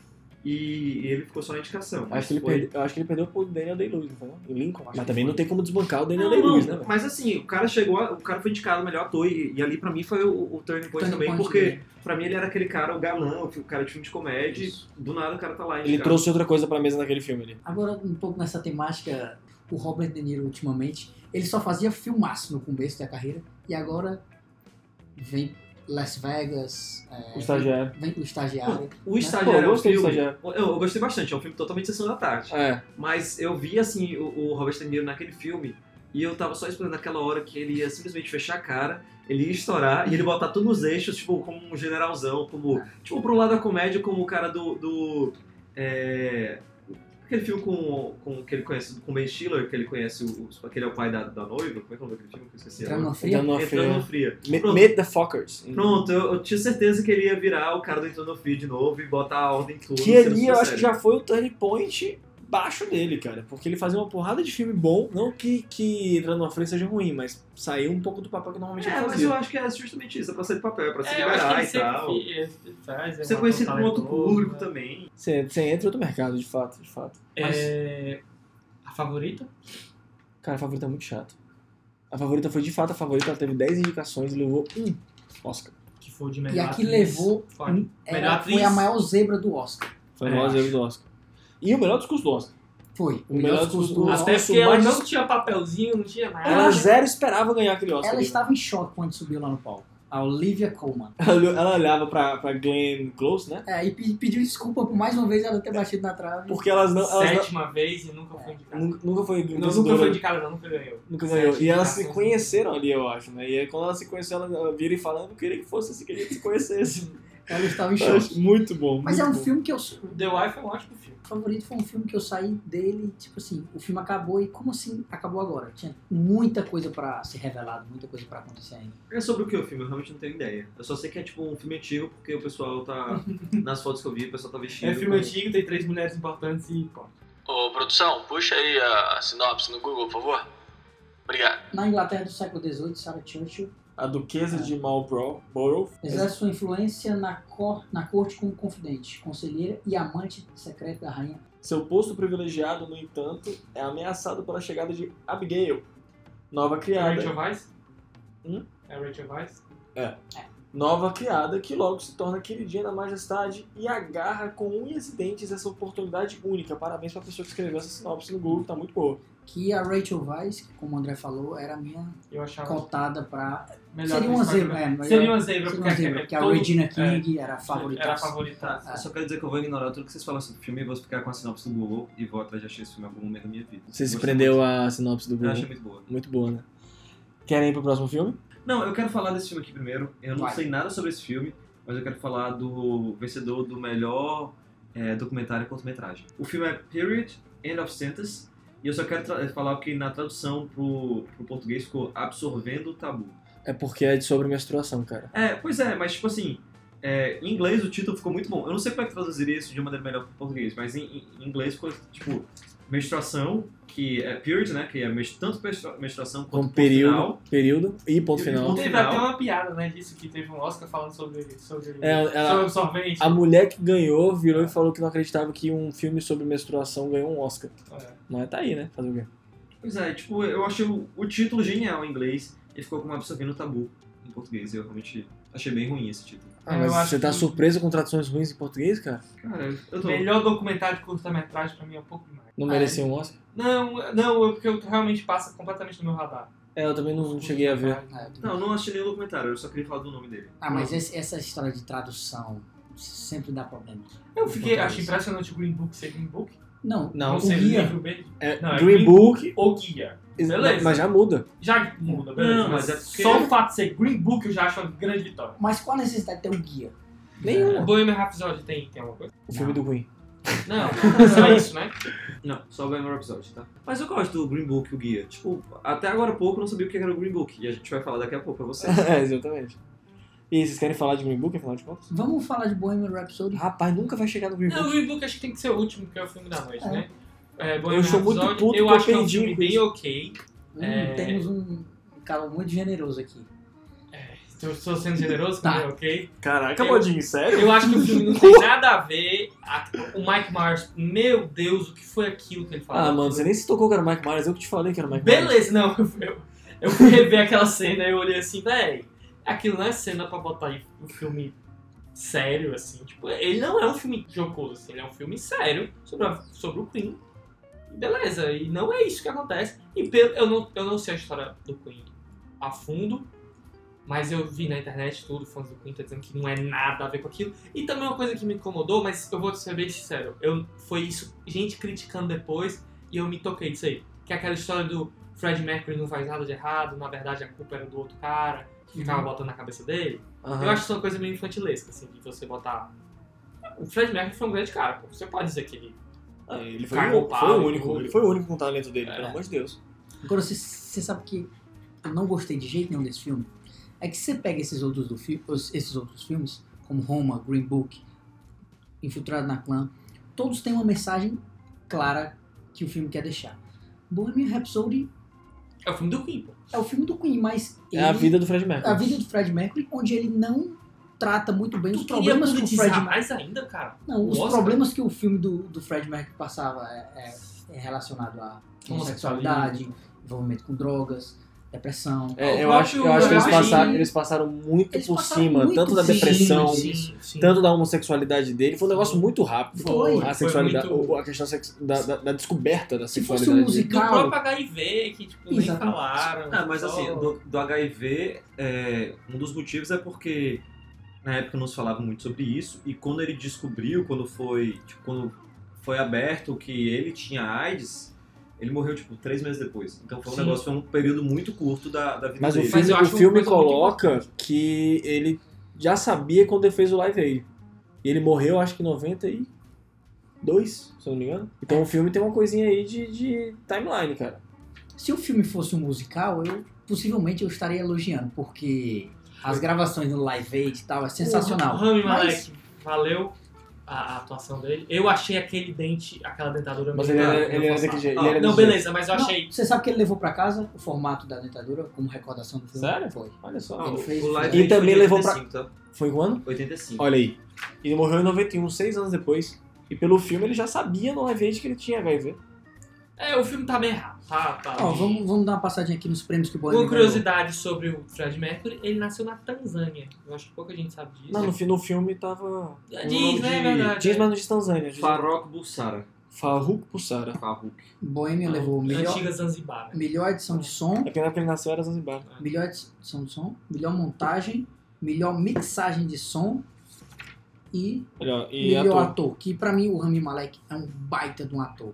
Speaker 3: e ele ficou só na indicação. mas
Speaker 1: Acho que, ele
Speaker 3: foi-
Speaker 1: perdeu, eu acho que ele perdeu pro Daniel Day-Lewis, não foi? não? O Lincoln.
Speaker 2: Acho
Speaker 1: Mas
Speaker 2: que
Speaker 1: também
Speaker 2: foi.
Speaker 1: não tem como desbancar o Daniel
Speaker 3: Não,
Speaker 1: Day-Lewis, né,
Speaker 3: não,
Speaker 1: velho?
Speaker 3: mas assim, o cara chegou, a- o cara foi indicado melhor ator e, e ali pra mim foi o, o turning point
Speaker 4: Turning
Speaker 3: também,
Speaker 4: point
Speaker 3: porque
Speaker 4: dele.
Speaker 3: pra mim ele era aquele cara, o galã, o fi- o cara de filme de comédia,
Speaker 1: Isso.
Speaker 3: e do nada o cara tá lá
Speaker 1: Ele
Speaker 3: indicado.
Speaker 1: trouxe outra coisa pra mesa naquele filme ali.
Speaker 4: Agora, um pouco nessa temática, o Robert De Niro ultimamente, ele só fazia filmaço no começo da carreira e agora vem Las Vegas, é,
Speaker 1: O estagiário.
Speaker 4: vem o estagiário.
Speaker 3: O
Speaker 1: Pô,
Speaker 3: Estagiário
Speaker 1: eu
Speaker 3: é um
Speaker 1: gostei do
Speaker 3: filme.
Speaker 1: Estagiário.
Speaker 3: Eu, eu gostei bastante, é um filme totalmente sessão da tarde.
Speaker 1: É.
Speaker 3: Mas eu vi assim o, o Robert De Niro naquele filme e eu tava só esperando aquela hora que ele ia simplesmente fechar a cara, ele ia estourar e ele botar tudo nos eixos, tipo, como um generalzão, como. Tipo, pro lado da comédia, como o cara do. do é, aquele filme com, com que ele conhece, com o Ben Stiller, que ele conhece o. o- Aquele é o pai da, da noiva, como é que é o nome daquele filme que eu esqueci?
Speaker 4: Entrando
Speaker 3: agora?
Speaker 1: Entrando
Speaker 4: no frio.
Speaker 1: no
Speaker 3: Entrando no
Speaker 1: frio.
Speaker 3: Fria.
Speaker 1: Me-
Speaker 3: Pronto.
Speaker 1: Meet the fuckers.
Speaker 3: Pronto, eu, eu tinha certeza que ele ia virar o cara do Entrando no Frio de novo e botar a ordem em tudo.
Speaker 1: Que
Speaker 3: sendo
Speaker 1: ali
Speaker 3: super
Speaker 1: eu acho que
Speaker 3: sério.
Speaker 1: já foi o turning point baixo dele, cara. Porque ele fazia uma porrada de filme bom. Não que, que entrando na frente seja ruim, mas saiu um pouco do papel que normalmente
Speaker 3: É,
Speaker 1: ele
Speaker 3: mas eu
Speaker 1: fazia.
Speaker 3: acho que é justamente isso, é pra sair do papel, é pra se
Speaker 2: É, eu acho que
Speaker 3: liberar e tal.
Speaker 2: ele sempre fi- ele faz, é
Speaker 3: Ser
Speaker 2: um
Speaker 3: conhecido por
Speaker 2: ator
Speaker 3: outro
Speaker 2: talentoso,
Speaker 3: público
Speaker 2: né?
Speaker 3: também.
Speaker 1: Você, você entra em outro mercado, de fato, de fato.
Speaker 2: É, A favorita?
Speaker 1: Cara, a favorita é muito chato. A favorita foi de fato a favorita, ela teve 10 indicações e levou um Oscar.
Speaker 2: Que foi de
Speaker 4: E
Speaker 2: melhor
Speaker 4: aqui
Speaker 2: atriz.
Speaker 4: levou.
Speaker 2: Foda.
Speaker 4: era-
Speaker 2: Melhor atriz.
Speaker 4: foi a maior zebra do Oscar.
Speaker 1: Foi
Speaker 2: É,
Speaker 1: o maior
Speaker 2: acho.
Speaker 1: erro do Oscar. E o melhor discurso do Oscar.
Speaker 4: Foi.
Speaker 1: O melhor discurso do
Speaker 2: Até
Speaker 1: Nossa,
Speaker 2: porque ela
Speaker 1: mas-
Speaker 2: não tinha papelzinho, não tinha nada.
Speaker 1: Ela zero esperava ganhar aquele Oscar.
Speaker 4: Ela
Speaker 1: né?
Speaker 4: estava em choque quando subiu lá no palco. A Olivia Colman.
Speaker 1: Ela olhou- ela olhava pra, pra Glenn Close, né?
Speaker 4: É, e pe- pediu desculpa por mais uma vez ela ter batido na trave.
Speaker 1: Porque elas não. Elas não-
Speaker 2: Sétima vez e nunca foi indicada.
Speaker 1: nunca, nunca foi
Speaker 2: Não, nunca
Speaker 1: vencedora.
Speaker 2: foi indicada, não, nunca ganhou.
Speaker 1: Nunca ganhou.
Speaker 2: Sete
Speaker 1: E elas se
Speaker 2: indicações.
Speaker 1: conheceram ali, eu acho, né? E aí, quando elas se conheceram, ela vira e fala, eu não queria que fosse assim, queria que se conhecesse.
Speaker 4: Ela estava em
Speaker 1: Eu
Speaker 4: choque.
Speaker 1: acho muito bom.
Speaker 4: Mas é
Speaker 1: muito
Speaker 4: um
Speaker 1: bom.
Speaker 4: filme que eu.
Speaker 2: The Wife é um ótimo filme.
Speaker 4: O favorito foi um filme que eu saí dele, tipo assim, o filme acabou e como assim acabou agora? Tinha muita coisa pra ser revelada, muita coisa pra acontecer ainda.
Speaker 3: É sobre o que o filme? Eu realmente não tenho ideia. Eu só sei que é tipo um filme antigo, porque o pessoal tá. Nas fotos que eu vi, o pessoal tá vestido.
Speaker 2: É filme antigo, tem três mulheres importantes e pô.
Speaker 6: Ô, produção, puxa aí a a sinopse no Google, por favor. Obrigado.
Speaker 4: Na Inglaterra do século XVIII, Sarah Churchill
Speaker 1: A Duquesa de Marlborough.
Speaker 4: exerce sua influência na, cor- na corte como confidente, conselheira e amante secreta da rainha.
Speaker 1: Seu posto privilegiado, no entanto, é ameaçado pela chegada de Abigail, nova
Speaker 2: É a
Speaker 1: criada.
Speaker 2: Rachel Weisz?
Speaker 1: Hum?
Speaker 2: É a Rachel Weisz?
Speaker 1: Nova criada que logo se torna queridinha da majestade e agarra com unhas e dentes essa oportunidade única. Parabéns pra pessoa que escreveu essa sinopse no Google, tá muito boa.
Speaker 4: Que a Rachel Weisz, que como o André falou, era a minha
Speaker 2: Eu achava
Speaker 4: cotada pra...
Speaker 2: melhor.
Speaker 4: seria uma
Speaker 2: atriz
Speaker 4: zebra,
Speaker 2: pra-
Speaker 4: é, melhor-
Speaker 2: Seria uma zebra,
Speaker 4: Seria
Speaker 2: porque é
Speaker 4: uma zebra, porque é a Regina Ah, King era a favorita.
Speaker 2: Era a favorita.
Speaker 3: Eu só quero dizer que eu vou ignorar tudo que vocês falam sobre o filme e vou ficar com a sinopse do Google e vou atrás de achar esse filme em algum momento da minha vida. Gostei muito.
Speaker 1: a sinopse do
Speaker 3: Eu achei muito boa.
Speaker 1: Muito boa, né? Querem ir pro próximo filme?
Speaker 3: Não, eu quero falar desse filme aqui primeiro. Eu não
Speaker 4: Vai.
Speaker 3: sei nada sobre esse filme, mas eu quero falar do vencedor do melhor é, documentário e curta-metragem. O filme é Period, End of Sentence, e eu só quero tra- falar que na tradução pro, pro português ficou Absorvendo o Tabu.
Speaker 1: É porque é sobre menstruação, cara.
Speaker 3: É, pois é, mas tipo assim, é, em inglês o título ficou muito bom. Eu não sei como é que traduziria isso de uma maneira melhor pro português, mas em, em- em inglês ficou tipo menstruação, que é period, né? Que é mes- tanto menstrua- menstruação quanto ponto final.
Speaker 1: Um período e ponto
Speaker 3: E- e final. ponto-
Speaker 2: Teve
Speaker 3: Final.
Speaker 2: até uma piada, né, disso, que teve um Oscar falando sobre, sobre,
Speaker 1: É, ela- Ah,
Speaker 2: sobre absorvente.
Speaker 1: A mulher que ganhou
Speaker 3: Ah.
Speaker 1: virou e falou que não acreditava que um filme sobre menstruação ganhou um Oscar.
Speaker 2: É.
Speaker 1: Mas tá aí, né? Fazer o quê?
Speaker 3: Pois é, tipo, eu achei o, o título genial em inglês e ficou como absorvendo o tabu em português. Eu realmente achei bem ruim esse título.
Speaker 1: Ah,
Speaker 2: É. Eu
Speaker 1: mas
Speaker 2: acho
Speaker 1: você tá
Speaker 2: que-
Speaker 1: surpreso com traduções ruins em português, cara?
Speaker 3: Cara, eu tô.
Speaker 2: Melhor documentário de curta-metragem pra mim é um pouco demais.
Speaker 1: Não
Speaker 4: Ah,
Speaker 1: merecia um Oscar?
Speaker 2: Não, não, é porque eu realmente passa completamente no meu radar.
Speaker 1: É, eu também não cheguei a ver.
Speaker 4: É,
Speaker 3: Não, não achei nenhum documentário, eu só queria falar do nome dele.
Speaker 4: Ah, mas esse- essa história de tradução sempre dá problema.
Speaker 2: Eu fiquei,
Speaker 4: Encontrar
Speaker 2: acho
Speaker 4: isso.
Speaker 2: impressionante o Green Book ser Green Book.
Speaker 4: Não,
Speaker 1: Não,
Speaker 4: o
Speaker 2: sei o
Speaker 4: guia.
Speaker 2: livro mesmo.
Speaker 1: É,
Speaker 2: Não, é
Speaker 1: Green
Speaker 2: Green
Speaker 1: Book,
Speaker 2: Ou guia.
Speaker 1: não,
Speaker 2: Beleza.
Speaker 1: mas já muda.
Speaker 2: Já muda, beleza.
Speaker 3: Não,
Speaker 2: mas
Speaker 3: mas é porque-
Speaker 2: só o fato de ser Green Book eu já acho uma grande vitória.
Speaker 4: Mas qual a necessidade de ter um guia?
Speaker 1: Nenhuma.
Speaker 2: Bohemian Rhapsody tem, tem alguma coisa?
Speaker 1: O filme do Green.
Speaker 2: Não, não, só isso, né?
Speaker 3: Não, só o Gamer Episode, tá? Mas eu gosto do Green Book, o guia. Tipo, até agora há pouco eu não sabia o que era o Green Book. E a gente vai falar daqui a pouco pra vocês.
Speaker 1: é, exatamente. E vocês querem falar de Green Book, afinal de contas?
Speaker 4: Vamos falar de Bohemian Rhapsody?
Speaker 1: Rapaz, nunca vai chegar no Green
Speaker 2: Não, o
Speaker 1: Book.
Speaker 2: Green Book acho que tem que ser o último, que é o filme da noite,
Speaker 4: É.
Speaker 2: né? É,
Speaker 1: Eu
Speaker 2: Bohemian
Speaker 1: sou muito
Speaker 2: Rhapsody,
Speaker 1: puto
Speaker 2: eu
Speaker 1: que eu
Speaker 2: acho que é um
Speaker 1: perdi
Speaker 2: filme
Speaker 1: com
Speaker 2: bem
Speaker 1: isso.
Speaker 2: ok.
Speaker 4: Hum,
Speaker 2: É.
Speaker 4: Temos um cara muito generoso aqui.
Speaker 2: Estou estou sendo generoso,
Speaker 4: Tá.
Speaker 2: tá. ok?
Speaker 1: Caraca,
Speaker 2: Eu-
Speaker 1: Bodinho, sério?
Speaker 2: Eu acho que o filme não tem nada a ver. A- O Mike Myers, meu Deus, o que foi aquilo que ele falou?
Speaker 1: Ah, mano, você nem se tocou que era o Mike Myers, eu que te falei que era o Mike Myers.
Speaker 2: Beleza, não, eu, eu fui rever aquela cena e eu olhei assim, véi, aquilo não é cena pra botar em um filme sério, assim. Tipo, ele não é um filme jocoso, assim, ele é um filme sério sobre, a- sobre o Queen. E Beleza, e não é isso que acontece. E pelo, eu, não, eu não sei a história do Queen a fundo. Mas eu vi na internet tudo, fãs do Quinta dizendo que não é nada a ver com aquilo. E também uma coisa que me incomodou, mas eu vou ser bem sincero. Eu, foi isso, gente criticando depois, e eu me toquei disso aí. Que é aquela história do Fred Mercury não faz nada de errado, na verdade a culpa era do outro cara, que
Speaker 4: Uhum.
Speaker 2: ficava botando na cabeça dele. Eu acho isso é uma coisa meio infantilesca, assim, de você botar... O Fred Mercury foi um grande cara, pô. Você pode dizer que ele...
Speaker 1: Ah, Ele foi,
Speaker 2: Cagou
Speaker 1: o,
Speaker 2: pau,
Speaker 1: foi o
Speaker 2: ele
Speaker 1: único,
Speaker 2: foi.
Speaker 1: ele foi o único com o talento dele,
Speaker 2: É.
Speaker 1: pelo amor de Deus.
Speaker 4: Agora, você, você sabe que eu não gostei de jeito nenhum desse filme? É que você pega esses outros, do fi- os- esses outros filmes, como Roma, Green Book, Infiltrado na Clã, todos têm uma mensagem clara que o filme quer deixar. Bohemian Rhapsody
Speaker 2: É o filme do Queen, pô.
Speaker 4: é o filme do Queen, mas
Speaker 1: É a
Speaker 4: ele-
Speaker 1: vida do Fred Mercury.
Speaker 4: a vida do Fred Mercury, onde ele não trata muito bem os
Speaker 2: Tu queria
Speaker 4: problemas que o Fred
Speaker 2: politizar
Speaker 4: Mercury...
Speaker 2: mais ainda, cara?
Speaker 4: Não, os
Speaker 2: Nossa.
Speaker 4: problemas que o filme do, do Fred Mercury passava é, é- é relacionado à homossexualidade, envolvimento com drogas, depressão.
Speaker 1: É,
Speaker 2: O
Speaker 1: eu acho, eu
Speaker 2: próprio
Speaker 1: acho que eles
Speaker 2: Jorginho-
Speaker 1: passaram, eles passaram muito
Speaker 4: Eles
Speaker 1: por
Speaker 4: passaram
Speaker 1: cima,
Speaker 4: muito
Speaker 1: tanto da
Speaker 4: por cima,
Speaker 1: depressão,
Speaker 4: sim.
Speaker 1: tanto da homossexualidade dele. Foi um negócio muito rápido.
Speaker 4: Foi.
Speaker 1: a sexualidade,
Speaker 2: Foi muito-
Speaker 1: ou a questão sex- da, da- da descoberta da
Speaker 4: Se fosse
Speaker 1: sexualidade.
Speaker 4: um
Speaker 1: dele.
Speaker 2: Do
Speaker 4: musical,
Speaker 2: próprio HIV, que, tipo, nem
Speaker 4: Exato.
Speaker 2: falaram.
Speaker 3: Ah, mas
Speaker 2: só-
Speaker 3: assim, do, do HIV, é, um dos motivos é porque na época não se falava muito sobre isso, e quando ele descobriu, quando foi, tipo, quando foi aberto que ele tinha AIDS, ele morreu, tipo, três meses depois. Então foi um
Speaker 2: Sim.
Speaker 3: negócio, foi um período muito curto da, da vida
Speaker 1: Mas o
Speaker 3: dele.
Speaker 2: Mas
Speaker 1: filme,
Speaker 2: eu acho
Speaker 1: o filme
Speaker 2: uma coisa muito
Speaker 1: coloca que ele já sabia quando ele fez o Live Aid. E ele morreu, acho que em 92, se eu não me engano. Então o filme tem uma coisinha aí de, de timeline, cara.
Speaker 4: se o filme fosse um musical, eu possivelmente eu estaria elogiando, porque as gravações no Live Aid e tal é sensacional.
Speaker 2: O Rami
Speaker 4: Mas
Speaker 2: Malek, valeu a, a atuação dele. Eu achei aquele dente, aquela dentadura
Speaker 1: Mas
Speaker 2: meio
Speaker 1: ele
Speaker 2: nada,
Speaker 1: era,
Speaker 2: meio
Speaker 1: ele era
Speaker 2: forçada.
Speaker 1: daquele jeito.
Speaker 3: Ah,
Speaker 1: ele era
Speaker 2: Não,
Speaker 1: desse jeito.
Speaker 2: beleza, mas eu
Speaker 4: não,
Speaker 2: achei.
Speaker 4: você sabe que ele levou pra casa o formato da dentadura como recordação do filme?
Speaker 1: Sério?
Speaker 4: Foi.
Speaker 1: Olha só.
Speaker 3: Não,
Speaker 4: Ele fez-
Speaker 3: o Live
Speaker 1: E
Speaker 3: Aid
Speaker 1: também
Speaker 3: foi em
Speaker 1: levou
Speaker 3: 85, tá?
Speaker 1: Foi quando?
Speaker 3: 85.
Speaker 1: Olha aí. Ele morreu em 91, seis anos depois. E pelo filme ele já sabia no Live Aid que ele tinha HIV.
Speaker 2: É, o filme tá meio errado. Tá, tá.
Speaker 4: Ó, vamos, vamos dar uma passadinha aqui nos prêmios que o Bohemian
Speaker 2: Uma curiosidade sobre o Fred Mercury, ele nasceu na Tanzânia. Eu acho que pouca gente sabe disso.
Speaker 1: Não, no, fi- no filme tava.
Speaker 2: Diz,
Speaker 3: o nome
Speaker 2: né, é
Speaker 3: de-
Speaker 2: verdade.
Speaker 1: Diz, mas não diz Tanzânia. Diz...
Speaker 3: Farok Bulsara.
Speaker 1: Farruk Pussara.
Speaker 3: Farruk.
Speaker 4: ganhou. Bohemian levou o melhor,
Speaker 2: Ah, Antiga Zanzibar. né?
Speaker 4: melhor edição de som,
Speaker 1: É porque na época que ele nasceu era Zanzibar.
Speaker 4: melhor edição de som, melhor montagem, melhor mixagem de som e
Speaker 1: Olha, ó, e
Speaker 4: melhor
Speaker 1: ator.
Speaker 4: ator. Que pra mim o Rami Malek é um baita de um ator.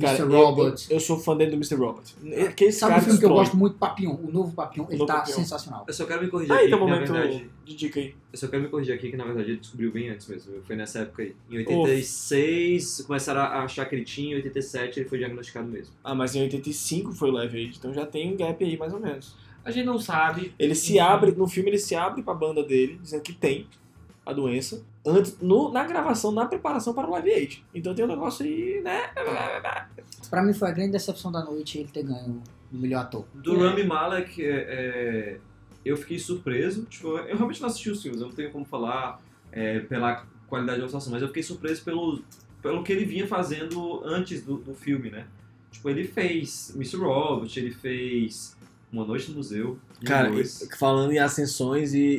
Speaker 1: Cara,
Speaker 4: Mr.
Speaker 1: eu-
Speaker 4: Robot.
Speaker 1: Eu, eu sou fã dele do Mr. Robot. Aquele
Speaker 4: Sabe
Speaker 1: É,
Speaker 4: um
Speaker 1: cara
Speaker 4: filme que eu
Speaker 1: destrói.
Speaker 4: gosto muito? Papillon. O novo Papillon. Ele
Speaker 1: novo
Speaker 4: tá
Speaker 1: Papillon.
Speaker 4: sensacional.
Speaker 3: Eu só quero me corrigir
Speaker 1: Aí
Speaker 3: aqui,
Speaker 1: tem um
Speaker 3: que, na
Speaker 1: momento
Speaker 3: verdade...
Speaker 1: de dica aí.
Speaker 3: Eu só quero me corrigir aqui que na verdade ele descobriu bem antes mesmo. Foi nessa época aí. Em 86 começaram a achar que ele tinha, em 87 ele foi diagnosticado mesmo.
Speaker 1: Ah, mas em 85 foi o Live Aid, então já tem um gap aí mais ou menos.
Speaker 2: A gente não sabe.
Speaker 1: Ele se abre, no filme ele se abre pra banda dele, dizendo que tem a doença, antes, no- na gravação, na preparação para o Live Aid. Então tem um negócio aí, né?
Speaker 4: Pra mim foi a grande decepção da noite ele ter ganho o melhor ator.
Speaker 3: Do Rami Malek, é, é, eu fiquei surpreso. Tipo, eu realmente não assisti os filmes, eu não tenho como falar é, pela qualidade da atuação, mas eu fiquei surpreso pelo, pelo que ele vinha fazendo antes do, do filme, né? Tipo, ele fez Mr. Robot, ele fez Uma Noite no Museu. e
Speaker 1: Cara,
Speaker 3: dois.
Speaker 1: e- falando em ascensões e,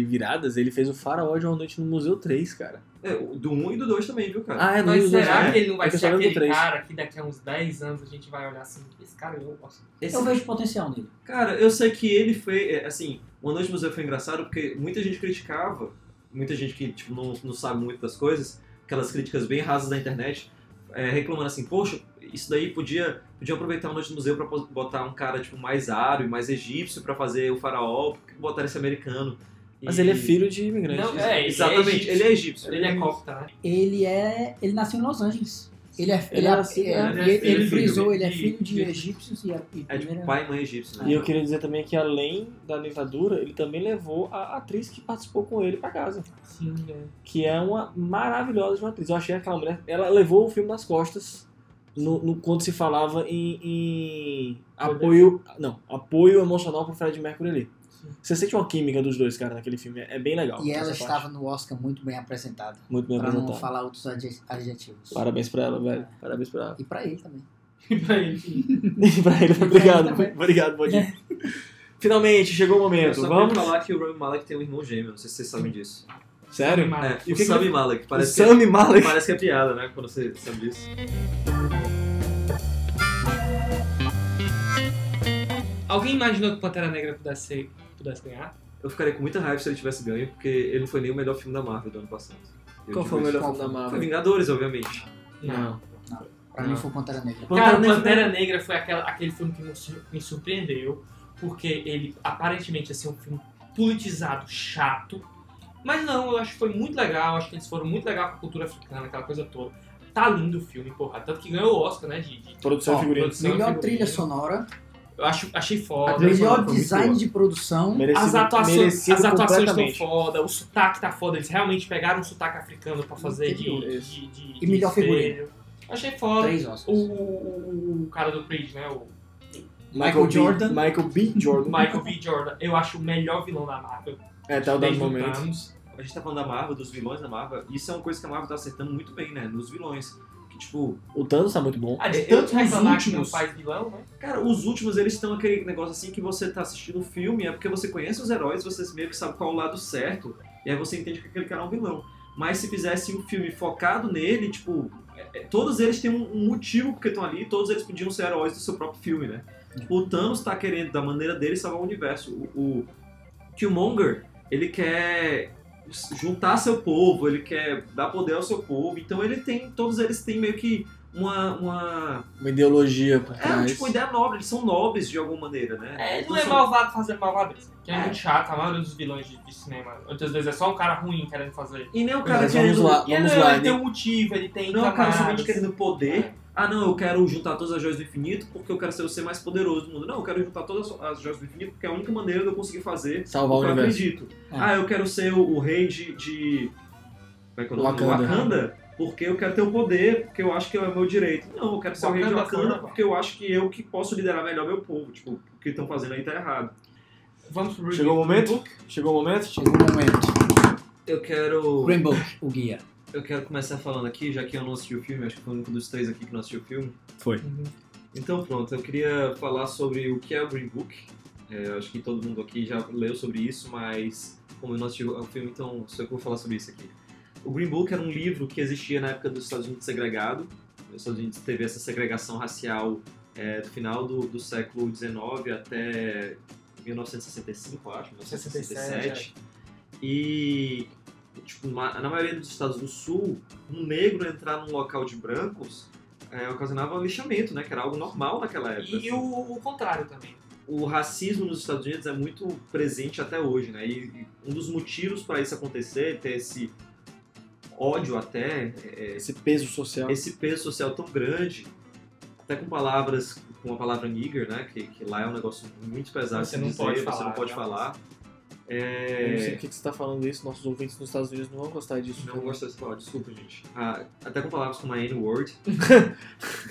Speaker 1: e viradas, ele fez o Faraó de uma noite no Museu 3, cara.
Speaker 3: É, o- do 1 um e do 2 também, viu, cara?
Speaker 1: Ah, é
Speaker 2: Mas será
Speaker 3: né?
Speaker 2: que ele não vai
Speaker 1: É que eu
Speaker 2: ser
Speaker 1: só lembro do
Speaker 2: aquele
Speaker 1: três.
Speaker 2: cara que daqui a uns 10 anos a gente vai olhar assim, esse cara eu gosto.
Speaker 3: Esse
Speaker 4: Eu vejo potencial nele.
Speaker 3: Cara, eu sei que ele foi. é, Assim, Uma Noite no Museu foi engraçado porque muita gente criticava, muita gente que tipo, não, não sabe muito das coisas, aquelas críticas bem rasas da internet, é, reclamando assim: poxa, isso daí podia, podia aproveitar Uma Noite no Museu pra po- botar um cara tipo, mais árabe, mais egípcio pra fazer o faraó, por que botar esse americano.
Speaker 1: Mas
Speaker 3: E-
Speaker 1: ele é filho de imigrante.
Speaker 2: Não, é, ele
Speaker 3: Exatamente,
Speaker 2: egípcio.
Speaker 3: ele é egípcio.
Speaker 2: Ele é copta, né?
Speaker 4: Ele é. Ele nasceu em Los Angeles. Ele é. Ele,
Speaker 1: Ele
Speaker 4: é-
Speaker 1: nasceu-
Speaker 4: é-
Speaker 2: ele é
Speaker 4: ele-
Speaker 2: filho
Speaker 4: ele
Speaker 3: de-
Speaker 4: frisou, ele é
Speaker 2: de-
Speaker 4: filho de
Speaker 2: de-
Speaker 4: egípcios e, e
Speaker 3: É tipo
Speaker 4: primeira-
Speaker 3: pai e mãe egípcio,
Speaker 1: E
Speaker 3: né?
Speaker 1: eu queria dizer também que além da dentadura, ele também levou a atriz que participou com ele pra casa.
Speaker 2: Sim, é.
Speaker 1: que é uma maravilhosa de uma atriz. Eu achei aquela mulher. Ela levou o filme nas costas no, no- quando se falava em, em apoio. Não, apoio emocional pro Fred Mercury ali.
Speaker 2: Sim.
Speaker 1: Você sente uma química dos dois, cara, naquele filme. É é bem legal.
Speaker 4: e
Speaker 1: essa
Speaker 4: ela
Speaker 1: parte.
Speaker 4: estava no Oscar muito bem apresentada.
Speaker 1: muito bem
Speaker 4: Pra
Speaker 2: então.
Speaker 4: não
Speaker 1: apresentada.
Speaker 4: falar outros adje- adjetivos.
Speaker 1: Parabéns pra ela, velho. Parabéns pra ela.
Speaker 4: E pra ele também.
Speaker 2: Pra ele.
Speaker 1: pra ele,
Speaker 4: E
Speaker 1: obrigado.
Speaker 4: pra ele
Speaker 1: Obrigado, Bodinho. Finalmente, chegou o
Speaker 3: Eu
Speaker 1: momento.
Speaker 3: só
Speaker 1: Vamos.
Speaker 3: queria falar que o Rami Malek tem um irmão gêmeo, não sei se vocês sabem disso.
Speaker 1: Sério?
Speaker 2: Mas-
Speaker 3: É,
Speaker 1: Ah, E o
Speaker 3: o
Speaker 1: que que-
Speaker 3: Sami Malek,
Speaker 1: O
Speaker 3: parece que-
Speaker 1: Sammy Malek.
Speaker 3: Parece que é piada, né? Quando você sabe disso.
Speaker 2: Alguém imaginou que Pantera Negra pudesse ser, pudesse pudesse ganhar.
Speaker 3: Eu ficaria com muita raiva se ele tivesse ganho, porque ele não foi nem o melhor filme da Marvel do ano passado. Eu
Speaker 1: Qual
Speaker 3: digo
Speaker 1: foi o
Speaker 3: isso.
Speaker 1: melhor
Speaker 4: Qual
Speaker 1: filme da
Speaker 3: Foi
Speaker 1: Marvel?
Speaker 3: Vingadores, obviamente.
Speaker 2: Não.
Speaker 4: Pra
Speaker 3: Não.
Speaker 4: mim foi o Pantera Negra.
Speaker 2: Cara,
Speaker 3: Negra-
Speaker 2: Pantera Negra foi aquela- aquele filme que me sur- me surpreendeu, porque ele aparentemente ia ser um filme politizado, chato. Mas não, eu acho que foi muito legal, acho que eles foram muito legal com a cultura africana, aquela coisa toda. Tá lindo o filme, porra. Tanto que ganhou o Oscar, né? De, de-
Speaker 1: Produção
Speaker 4: Ó,
Speaker 1: e figurino.
Speaker 2: produção,
Speaker 4: Melhor
Speaker 2: figurino.
Speaker 4: trilha sonora,
Speaker 2: Eu acho, achei
Speaker 3: A
Speaker 2: foda.
Speaker 3: trilha sonora
Speaker 4: melhor
Speaker 3: foi muito
Speaker 4: design
Speaker 3: boa.
Speaker 4: de produção.
Speaker 1: Merecido,
Speaker 2: As atuações,
Speaker 1: merecido
Speaker 2: as atuações estão
Speaker 1: completamente.
Speaker 2: foda, o sotaque tá foda, eles realmente pegaram um sotaque africano pra fazer de,
Speaker 1: Incrível
Speaker 2: de,
Speaker 1: isso.
Speaker 2: de-
Speaker 4: E
Speaker 2: de
Speaker 4: melhor
Speaker 2: espelho.
Speaker 4: figurino.
Speaker 2: Achei foda.
Speaker 4: Três
Speaker 2: O,
Speaker 4: Oscars.
Speaker 2: o- o cara do Creed, né? O
Speaker 1: Michael
Speaker 4: Michael
Speaker 1: B.
Speaker 4: Jordan.
Speaker 1: Michael B. Jordan.
Speaker 2: Michael B. Jordan. Eu acho o melhor vilão da Marvel.
Speaker 1: É, até o dado
Speaker 2: desde o
Speaker 1: momento.
Speaker 2: Thanos.
Speaker 3: A gente tá falando da Marvel, dos vilões da Marvel, e isso é uma coisa que a Marvel tá acertando muito bem, né? Nos vilões. Que, tipo,
Speaker 1: O Thanos tá muito bom.
Speaker 2: Ah, de
Speaker 3: Eu-
Speaker 2: tanto
Speaker 3: os
Speaker 2: reclamar que não
Speaker 3: últimos.
Speaker 2: faz vilão, né?
Speaker 3: cara, os últimos eles estão aquele negócio assim que você tá assistindo o filme, é porque você conhece os heróis, você meio que sabe qual é o lado certo, e aí você entende que aquele cara é um vilão. Mas se fizesse um filme focado nele, tipo, é- é- todos eles têm um, um motivo porque estão ali, todos eles podiam ser heróis do seu próprio filme, né? Tipo, o Thanos tá querendo, da maneira dele, salvar o universo. O, o Killmonger, ele quer juntar seu povo, ele quer dar poder ao seu povo, então ele tem, todos eles têm meio que uma- uma
Speaker 1: Uma ideologia por
Speaker 3: é,
Speaker 1: trás.
Speaker 3: tipo, ideia nobre, eles são nobres de alguma maneira, né?
Speaker 2: É, ele
Speaker 3: Então
Speaker 2: não é
Speaker 3: são-
Speaker 2: malvado fazer malvadeza. Que é,
Speaker 3: É.
Speaker 2: muito chato, a maioria dos vilões de, de cinema. Muitas vezes é só um cara ruim querendo fazer.
Speaker 3: E nem o cara
Speaker 1: Mas
Speaker 3: querendo.
Speaker 1: Ah, vamos lá,
Speaker 2: E ele,
Speaker 1: vamos lá. né?
Speaker 2: ele tem um motivo, ele tem
Speaker 3: Não é o cara
Speaker 2: camadas.
Speaker 3: somente querendo poder.
Speaker 2: É.
Speaker 3: Ah, não, eu quero juntar todas as joias do infinito porque eu quero ser o ser mais poderoso do mundo. Não, eu quero juntar todas as joias do infinito porque é a única maneira de eu conseguir fazer
Speaker 1: Salvar o
Speaker 3: o que eu
Speaker 1: universo.
Speaker 3: acredito.
Speaker 4: É.
Speaker 3: Ah, eu quero ser o, o rei de. de... Como é que é o nome?
Speaker 1: Wakanda.
Speaker 3: Wakanda, Porque eu quero ter o poder, porque eu acho que é o meu direito. Não, eu quero ser o rei de
Speaker 2: Wakanda
Speaker 3: Wakanda
Speaker 2: forever.
Speaker 3: porque eu acho que eu que posso liderar melhor meu povo. Tipo, o que estão fazendo aí tá errado.
Speaker 2: Vamos pro
Speaker 1: Chegou o
Speaker 2: review.
Speaker 1: momento? Chegou o momento?
Speaker 4: Chegou o momento.
Speaker 3: Eu quero.
Speaker 4: Green Book, o guia.
Speaker 3: Eu quero começar falando aqui, já que eu não assisti o filme, acho que foi o único dos três aqui que não assistiu o filme.
Speaker 1: Foi.
Speaker 2: Uhum.
Speaker 3: Então pronto, eu queria falar sobre o que é o Green Book. É, eu acho que todo mundo aqui já leu sobre isso, mas como eu não assisti o filme, então só eu que vou falar sobre isso aqui. O Green Book era um livro que existia na época dos Estados Unidos segregado. Os Estados Unidos teve essa segregação racial é, do final do, do século XIX até 1965, eu acho, 1967. E, tipo, ma- na maioria dos estados do sul, um negro entrar num local de brancos é, ocasionava lixamento, né? Que era algo normal naquela época. assim.
Speaker 2: E o, o contrário também.
Speaker 3: O racismo nos Estados Unidos é muito presente até hoje, né? E, e um dos motivos para isso acontecer, ter esse ódio até, é,
Speaker 1: Esse peso social.
Speaker 3: esse peso social tão grande, até com palavras, com a palavra nigger, né? Que, que lá é um negócio muito pesado. de
Speaker 2: Você não
Speaker 3: dizer,
Speaker 2: pode
Speaker 3: Você
Speaker 2: falar,
Speaker 3: não pode
Speaker 2: né?
Speaker 3: falar.
Speaker 1: Eu não
Speaker 3: É...
Speaker 1: sei por que que você tá falando isso. Nossos ouvintes nos Estados Unidos não vão gostar disso.
Speaker 3: Não gosto dessa palavra, desculpa, gente. Ah, até com palavras como a N-word.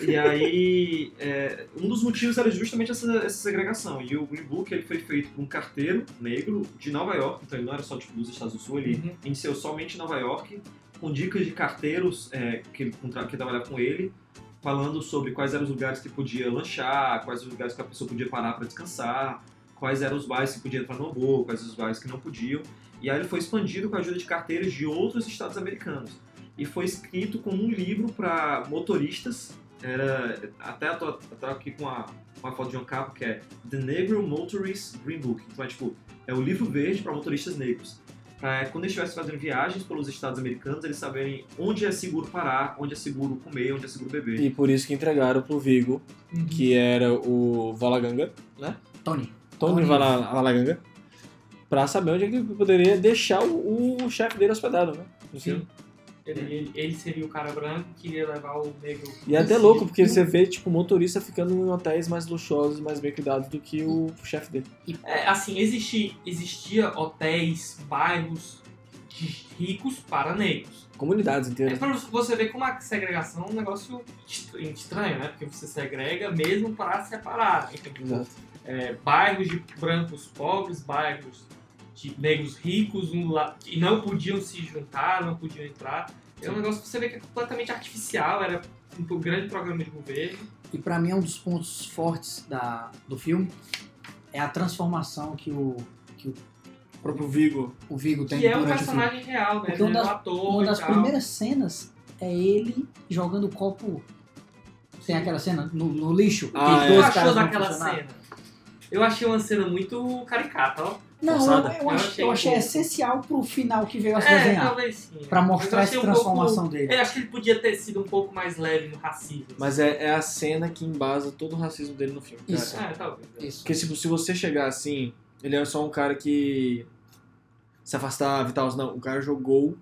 Speaker 3: e aí, é, um dos motivos era justamente essa, essa segregação. E o Green Book ele foi feito por um carteiro negro de Nova York, então ele não era só tipo, dos Estados do Sul, ele
Speaker 2: Uhum.
Speaker 3: iniciou somente em Nova York, com dicas de carteiros é, que, contra- que trabalhavam com ele, falando sobre quais eram os lugares que podia lanchar, quais os lugares que a pessoa podia parar para descansar, quais eram os bairros que podia entrar no robô, quais os bairros que não podiam. E aí ele foi expandido com a ajuda de carteiros de outros estados americanos. E foi escrito como um livro para motoristas. Era, até eu tô, eu tô aqui com a, uma foto de um capa que é The Negro Motorist Green Book. Então é tipo, é o livro verde para motoristas negros. Pra, é, quando eles estivessem fazendo viagens pelos estados americanos, eles saberem onde é seguro parar, onde é seguro comer, onde é seguro beber.
Speaker 1: E por isso que entregaram pro Vigo,
Speaker 2: Uhum.
Speaker 1: que era o Valaganga, Tony
Speaker 4: Tony. Tony.
Speaker 1: Vala- Valaganga, pra saber onde é que ele poderia deixar o, o chefe dele hospedado, né? No filme.
Speaker 2: Ele, ele- ele seria o cara branco que ia levar o negro.
Speaker 1: E é até louco, porque você vê, tipo, motorista ficando em hotéis mais luxuosos, mais bem cuidados do que o chefe dele.
Speaker 2: É, assim, existi, existia hotéis, bairros de ricos para negros.
Speaker 1: Comunidades
Speaker 2: É
Speaker 1: inteiras. né?
Speaker 2: pra você ver como a segregação é um negócio est- estranho, né? Porque você segrega mesmo para separar. Então, tipo,
Speaker 1: Exato.
Speaker 2: é, bairros de brancos pobres, bairros de negros ricos, um lá, que não podiam se juntar, não podiam entrar. É um negócio que você vê que é completamente artificial, era um pro- grande programa de governo.
Speaker 4: E pra mim é um dos pontos fortes da, do filme é a transformação que o, que o,
Speaker 1: O próprio Vigo.
Speaker 4: o Vigo tem
Speaker 2: Que é um
Speaker 4: durante o filme.
Speaker 2: personagem real, né?
Speaker 4: Porque uma
Speaker 2: Ele é um
Speaker 4: das-
Speaker 2: ator
Speaker 4: Uma
Speaker 2: e
Speaker 4: das
Speaker 2: tal.
Speaker 4: primeiras cenas é ele jogando o copo. Tem aquela cena no, no lixo.
Speaker 1: Ah,
Speaker 4: que
Speaker 1: é.
Speaker 2: O que
Speaker 4: dois
Speaker 2: Ah, é. tu achou
Speaker 4: caras não
Speaker 2: daquela
Speaker 4: funcionaram.
Speaker 2: cena? Eu achei uma cena muito caricata, ó.
Speaker 4: Não,
Speaker 3: Forçada.
Speaker 4: eu, eu acho, eu
Speaker 2: Eu achei
Speaker 4: achei essencial pro final que veio a se
Speaker 2: É,
Speaker 4: desenhar.
Speaker 2: talvez sim.
Speaker 4: Pra
Speaker 2: Mas eu
Speaker 4: mostrar
Speaker 2: achei
Speaker 4: essa
Speaker 2: um
Speaker 4: transformação
Speaker 2: pouco-
Speaker 4: dele.
Speaker 2: Eu acho que ele podia ter sido um pouco mais leve no racismo. assim.
Speaker 1: Mas é, é a cena que embasa todo o racismo dele no filme, cara.
Speaker 4: Isso.
Speaker 2: É, talvez.
Speaker 4: Isso.
Speaker 1: Porque tipo, se você chegar assim, ele é só um cara que se afastava e tal. Não, o cara jogou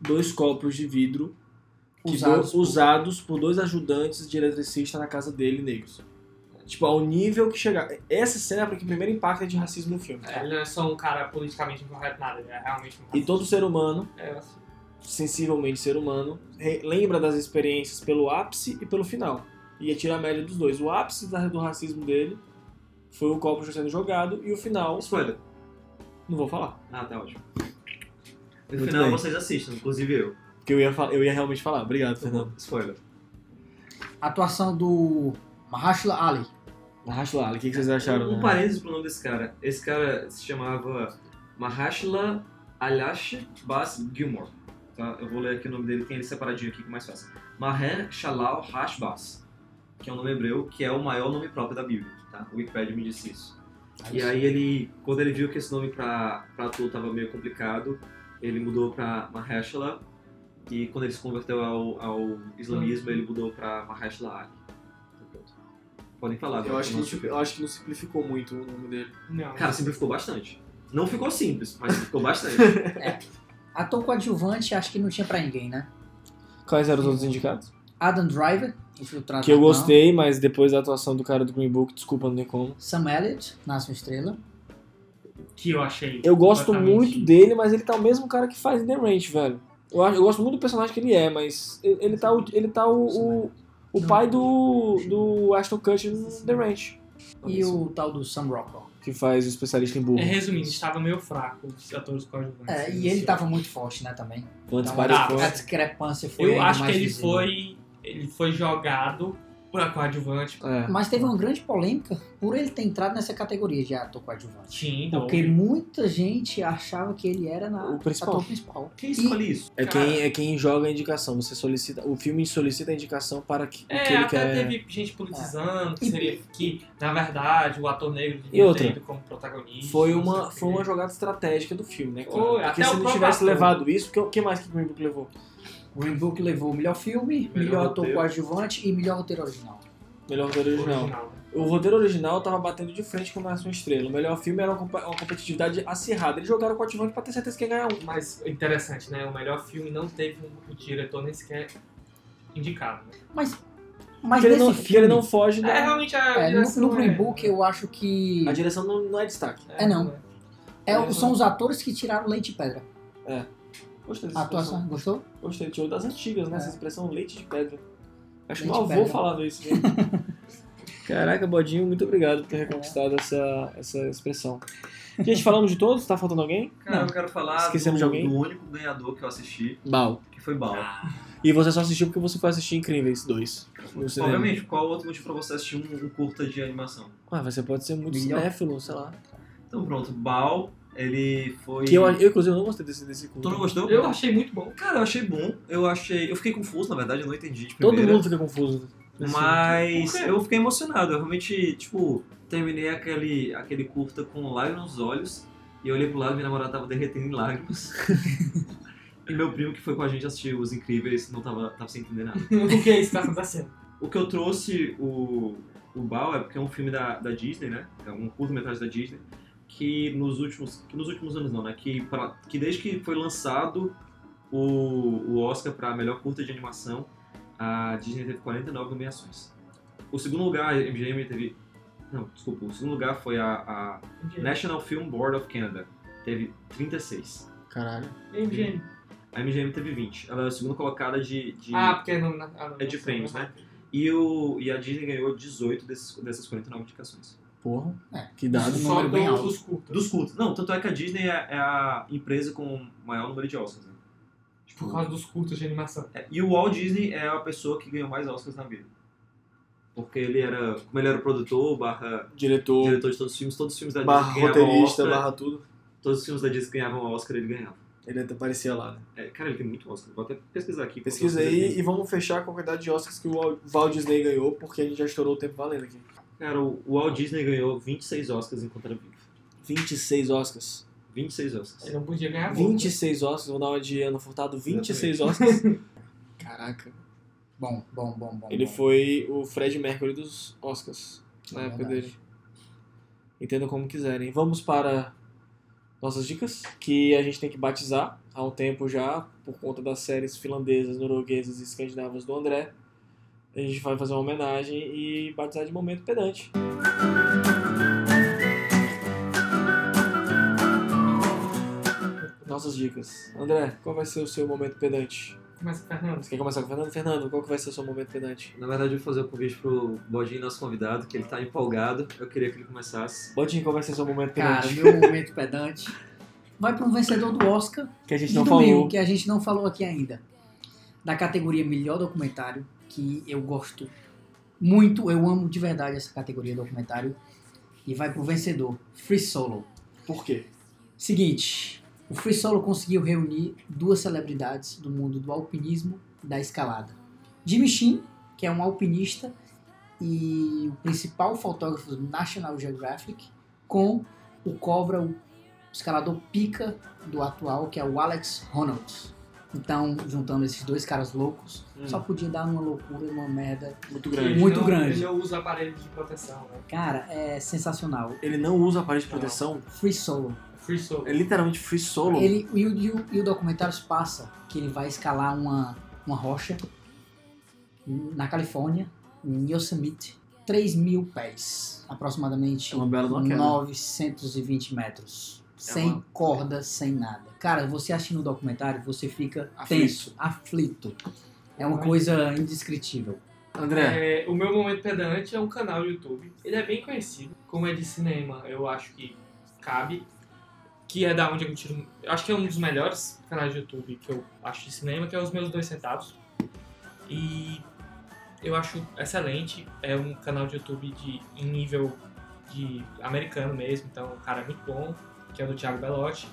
Speaker 1: dois copos de vidro que
Speaker 4: Usados
Speaker 1: do- usados por dois ajudantes de eletricista na casa dele, negros. Tipo, ao nível que chegar. Essa cena é pra que primeiro impacta de racismo no filme. tá?
Speaker 2: É, ele não é só um cara politicamente incorreto, nada. Ele é realmente um
Speaker 1: E todo ser humano,
Speaker 2: É, assim,
Speaker 1: sensivelmente ser humano, re- lembra das experiências pelo ápice e pelo final. E tira a média dos dois. O ápice da- do racismo dele foi o copo sendo jogado e o final,
Speaker 3: Spoiler.
Speaker 1: não vou falar.
Speaker 3: Ah, tá ótimo. No
Speaker 1: Muito
Speaker 3: final
Speaker 1: bem.
Speaker 3: vocês assistem, inclusive eu.
Speaker 1: Porque eu ia, fal- eu ia realmente falar. Obrigado, Fernando.
Speaker 3: Spoiler.
Speaker 4: A atuação do Mahershala Ali.
Speaker 1: Mahershala Ali, o que, que vocês acharam?
Speaker 3: Um
Speaker 1: né?
Speaker 3: parênteses pro nome desse cara. Esse cara se chamava Mahashla Alash Bas Gilmore. Tá? Eu vou ler aqui o nome dele, tem ele separadinho aqui que é mais fácil. Maher Shalal Hash Bas, que é um nome hebreu, que é o maior nome próprio da Bíblia. Tá? O Wikipedia me disse isso. E aí ele, quando ele viu que esse nome pra, pra ator tava meio complicado, ele mudou pra Mahershala, e quando ele se converteu ao, ao islamismo, ele mudou pra Mahershala Ali. Então, pronto. Podem falar.
Speaker 1: Eu
Speaker 3: agora,
Speaker 1: acho, que
Speaker 3: não
Speaker 1: não,
Speaker 3: sei o
Speaker 1: sim- eu acho que não simplificou muito o nome dele.
Speaker 2: Não.
Speaker 3: Cara, simplificou bastante. Não ficou simples, mas ficou bastante.
Speaker 4: É. Ator coadjuvante, acho que não tinha pra ninguém, né?
Speaker 1: Quais eram os outros indicados?
Speaker 4: Adam Driver, infiltrado.
Speaker 1: Que eu
Speaker 4: na clã.
Speaker 1: gostei, mas depois da atuação do cara do Green Book, desculpa, não tem como.
Speaker 4: Sam Elliott, Nasce uma Estrela.
Speaker 2: que eu achei.
Speaker 1: Eu gosto
Speaker 2: completamente-
Speaker 1: muito dele, mas ele tá o mesmo cara que faz The Ranch, velho. Eu, acho- eu gosto muito do personagem que ele é, mas ele ele tá o, ele tá o, o, o pai do, do Ashton Kutcher no The Ranch.
Speaker 4: E o tal do Sam Rockwell.
Speaker 1: Que faz o especialista em
Speaker 2: É,
Speaker 1: burro.
Speaker 2: resumindo, estava meio fraco os atores coadjuvantes. Assim,
Speaker 4: É, e ele tava muito forte, né, também.
Speaker 1: Antes
Speaker 4: Então,
Speaker 2: vários
Speaker 4: a,
Speaker 1: parece
Speaker 2: pontos.
Speaker 4: a
Speaker 1: que
Speaker 4: discrepância foi
Speaker 2: Eu
Speaker 4: ainda
Speaker 2: acho que
Speaker 4: mais
Speaker 2: ele
Speaker 4: visível.
Speaker 2: foi. Ele foi jogado por a coadjuvante.
Speaker 1: É.
Speaker 4: Mas teve uma grande polêmica por ele ter entrado nessa categoria de ator coadjuvante.
Speaker 2: Sim, então.
Speaker 4: Porque muita gente achava que ele era na,
Speaker 1: O principal.
Speaker 4: ator principal.
Speaker 3: Quem escolhe isso?
Speaker 1: É
Speaker 2: Cara.
Speaker 1: quem, é quem joga a indicação. Você solicita. O filme solicita a indicação para que, o que
Speaker 2: É,
Speaker 1: ele
Speaker 2: até
Speaker 1: quer. É.
Speaker 2: teve gente politizando, que,
Speaker 4: E-
Speaker 2: seria- que, na verdade o ator negro
Speaker 1: E
Speaker 2: devia
Speaker 1: outra?
Speaker 2: ter ido como protagonista.
Speaker 1: Foi
Speaker 2: não sei
Speaker 1: uma,
Speaker 2: o quê.
Speaker 1: foi uma jogada estratégica do filme, né? Cara?
Speaker 2: Foi,
Speaker 1: Porque
Speaker 2: até
Speaker 1: se
Speaker 2: o
Speaker 1: não
Speaker 2: próprio
Speaker 1: tivesse
Speaker 2: ator.
Speaker 1: levado isso, o que, que mais que o Green Book levou?
Speaker 4: Green Book levou o melhor filme, melhor,
Speaker 3: Melhor
Speaker 4: ator
Speaker 3: roteiro.
Speaker 4: coadjuvante e melhor roteiro original.
Speaker 1: Melhor roteiro original.
Speaker 2: original.
Speaker 1: O roteiro original tava batendo de frente com o Nasce uma Estrela. O melhor filme era uma, compa- uma competitividade acirrada. Eles jogaram com o ativante pra ter certeza que ia ganhar um.
Speaker 2: Mas interessante, né? O melhor filme não teve um- o diretor nem sequer indicado. Né?
Speaker 4: Mas, mas
Speaker 1: Porque ele,
Speaker 4: nesse
Speaker 1: não, porque
Speaker 4: filme,
Speaker 1: ele não foge da.
Speaker 2: É, realmente a
Speaker 4: é, no,
Speaker 2: direção
Speaker 4: no Green
Speaker 2: é-
Speaker 4: Book eu acho que
Speaker 1: A direção não, não é destaque.
Speaker 4: É, não. é,
Speaker 1: é-
Speaker 4: são os atores que tiraram leite e pedra.
Speaker 1: Gostei dessa
Speaker 4: A atuação, gostou?
Speaker 1: expressão. Gostei. Tirou das antigas, né?
Speaker 4: É.
Speaker 1: Essa expressão leite de pedra. Acho que
Speaker 4: Leite
Speaker 1: meu
Speaker 4: de
Speaker 1: avô
Speaker 4: pedra.
Speaker 1: falava isso. né? Caraca, Bodinho, muito obrigado por
Speaker 4: É.
Speaker 1: ter reconquistado essa, essa expressão. Gente, falamos de todos? Tá faltando alguém?
Speaker 3: Cara, eu quero falar
Speaker 1: Esquecemos
Speaker 3: do,
Speaker 1: de alguém? Ah,
Speaker 3: do único ganhador que eu assisti,
Speaker 1: Bal.
Speaker 3: que foi Bal.
Speaker 1: E você só assistiu porque você foi assistir Incríveis 2 no cinema.
Speaker 3: Obviamente, qual outro motivo pra você assistir um, um curta de animação?
Speaker 1: Ah, você pode ser muito
Speaker 4: Melhor.
Speaker 1: cinéfilo, sei lá.
Speaker 3: Então pronto, Bal, ele foi...
Speaker 1: Que eu, eu, inclusive, não gostei desse, desse culto.
Speaker 3: Tu não gostou?
Speaker 2: Eu achei muito bom.
Speaker 3: Cara, eu achei bom. Eu achei... Eu fiquei confuso, na verdade, eu não entendi de
Speaker 1: Todo
Speaker 3: primeira.
Speaker 1: mundo fica assim, confuso. nesse
Speaker 3: Mas
Speaker 2: Por quê?
Speaker 3: eu fiquei emocionado. Eu realmente, tipo, terminei aquele, aquele curta com lágrimas nos olhos. E eu olhei pro lado e minha namorada tava derretendo em lágrimas. e meu primo que foi com a gente assistir Os Incríveis não tava, tava sem entender nada.
Speaker 2: o que é isso que tá acontecendo?
Speaker 3: O que eu trouxe o, o Bao é porque é um filme da, da Disney, né? É um curta-metragem da Disney. Que nos últimos. Que nos últimos anos não, né? Que, pra, que desde que foi lançado o, o Oscar pra melhor curta de animação, a Disney teve 49 nomeações. O segundo lugar, a MGM teve. Não, desculpa. O segundo lugar foi a, a
Speaker 2: É.
Speaker 3: National Film Board of Canada. Teve 36.
Speaker 1: filme. Caralho.
Speaker 2: MGM.
Speaker 3: A MGM teve 20. Ela é a segunda colocada de. de-
Speaker 2: Ah, porque não, na- ah, não,
Speaker 3: É de
Speaker 2: não,
Speaker 3: prêmios,
Speaker 2: não.
Speaker 3: né? E, o, e a Disney ganhou 18 desses, dessas 49 indicações.
Speaker 1: Porra.
Speaker 4: É.
Speaker 1: Que dado.
Speaker 4: Isso. Um
Speaker 2: Só
Speaker 4: número bem
Speaker 2: do-
Speaker 4: alto.
Speaker 2: dos curtos.
Speaker 3: Dos cultos. Não, tanto é que a Disney é, é a empresa com o maior número de Oscars. Né?
Speaker 2: Por causa dos curtos de animação.
Speaker 3: É, E o Walt Disney é a pessoa que ganhou mais Oscars na vida. Porque ele era. Como ele era produtor, barra
Speaker 1: Diretor,
Speaker 3: diretor de todos os filmes, todos os filmes da Disney
Speaker 1: barra
Speaker 3: ganhavam
Speaker 1: roteirista,
Speaker 3: Oscar.
Speaker 1: barra tudo.
Speaker 3: Todos os filmes da Disney ganhavam Oscar, ele ganhava.
Speaker 1: Ele até aparecia lá, né?
Speaker 3: É, cara, ele tem muito Oscar. Vou até pesquisar aqui.
Speaker 1: Pesquisa aí e vamos fechar com a quantidade de Oscars que o Wal- Walt Disney ganhou, porque a gente já estourou o tempo valendo aqui.
Speaker 3: Cara, o o Walt Disney ganhou 26 Oscars enquanto era vivo.
Speaker 1: 26 Oscars.
Speaker 3: 26 Oscars.
Speaker 2: Ele não podia
Speaker 3: É
Speaker 2: ganhar
Speaker 3: né?
Speaker 2: muito.
Speaker 1: 26 Oscars, vou dar uma de Ana Furtado, 26 Oscars. Caraca.
Speaker 4: Bom, bom, bom, Tá bom.
Speaker 1: Ele
Speaker 4: bom.
Speaker 1: foi o Fred Mercury dos Oscars, na
Speaker 4: É
Speaker 1: época
Speaker 4: verdade.
Speaker 1: dele. Entendam como quiserem. Vamos para nossas dicas, que a gente tem que batizar há um tempo já, por conta das séries finlandesas, norueguesas e escandinavas do André. A gente vai fazer uma homenagem e batizar de momento pedante. Nossas dicas. André, qual vai ser o seu momento pedante?
Speaker 2: Começa o Fernando.
Speaker 1: Você quer começar com o Fernando? Fernando, qual que vai ser o seu momento pedante?
Speaker 3: Na verdade, eu vou fazer o convite pro Bodinho, nosso convidado, que ele tá empolgado. Eu queria que ele começasse.
Speaker 1: Botinho, qual vai ser o seu momento
Speaker 4: Cara,
Speaker 1: pedante?
Speaker 4: meu momento pedante vai para um vencedor do Oscar
Speaker 1: que a gente
Speaker 4: de
Speaker 1: não
Speaker 4: domingo,
Speaker 1: falou.
Speaker 4: que a gente não falou aqui ainda. Da categoria Melhor Documentário, que eu gosto muito, eu amo de verdade essa categoria documentário. E vai pro vencedor, Free Solo.
Speaker 1: Por quê?
Speaker 4: Seguinte, o Free Solo conseguiu reunir duas celebridades do mundo do alpinismo e da escalada. Jimmy Sheen, que é um alpinista e o principal fotógrafo do National Geographic, com o cobra, o escalador pica do atual, que é o Alex Ronalds. Então, juntando esses dois caras loucos, só podia dar uma loucura, uma merda.
Speaker 1: Muito grande.
Speaker 2: Ele
Speaker 4: Muito
Speaker 2: Hum. não-
Speaker 4: grande.
Speaker 2: Ele é não usa aparelho de proteção, né?
Speaker 4: Cara, é sensacional.
Speaker 1: Ele não usa aparelho de
Speaker 2: Não.
Speaker 1: proteção.
Speaker 4: Free Solo.
Speaker 2: Free soul.
Speaker 1: É literalmente free solo.
Speaker 4: Ele, e, o, e o- e o documentário se passa que ele vai escalar uma, uma rocha na Califórnia, em Yosemite, 3 mil pés, aproximadamente
Speaker 1: É uma bela de uma queda. É
Speaker 4: 920 metros. sem
Speaker 1: uma-
Speaker 4: corda, sem nada. Cara, você assistindo o documentário, você fica
Speaker 1: Aflito.
Speaker 4: tenso, aflito. É uma coisa indescritível.
Speaker 1: André,
Speaker 2: É, o meu momento pedante é um canal do YouTube. Ele é bem conhecido, como é de cinema, eu acho que cabe. Que é da onde eu tiro. Eu acho que é um dos melhores canais de YouTube que eu acho de cinema, que é os meus dois centavos. E eu acho excelente. É um canal de YouTube de, em nível de americano mesmo, então o cara é muito bom, que é do Thiago Belotti.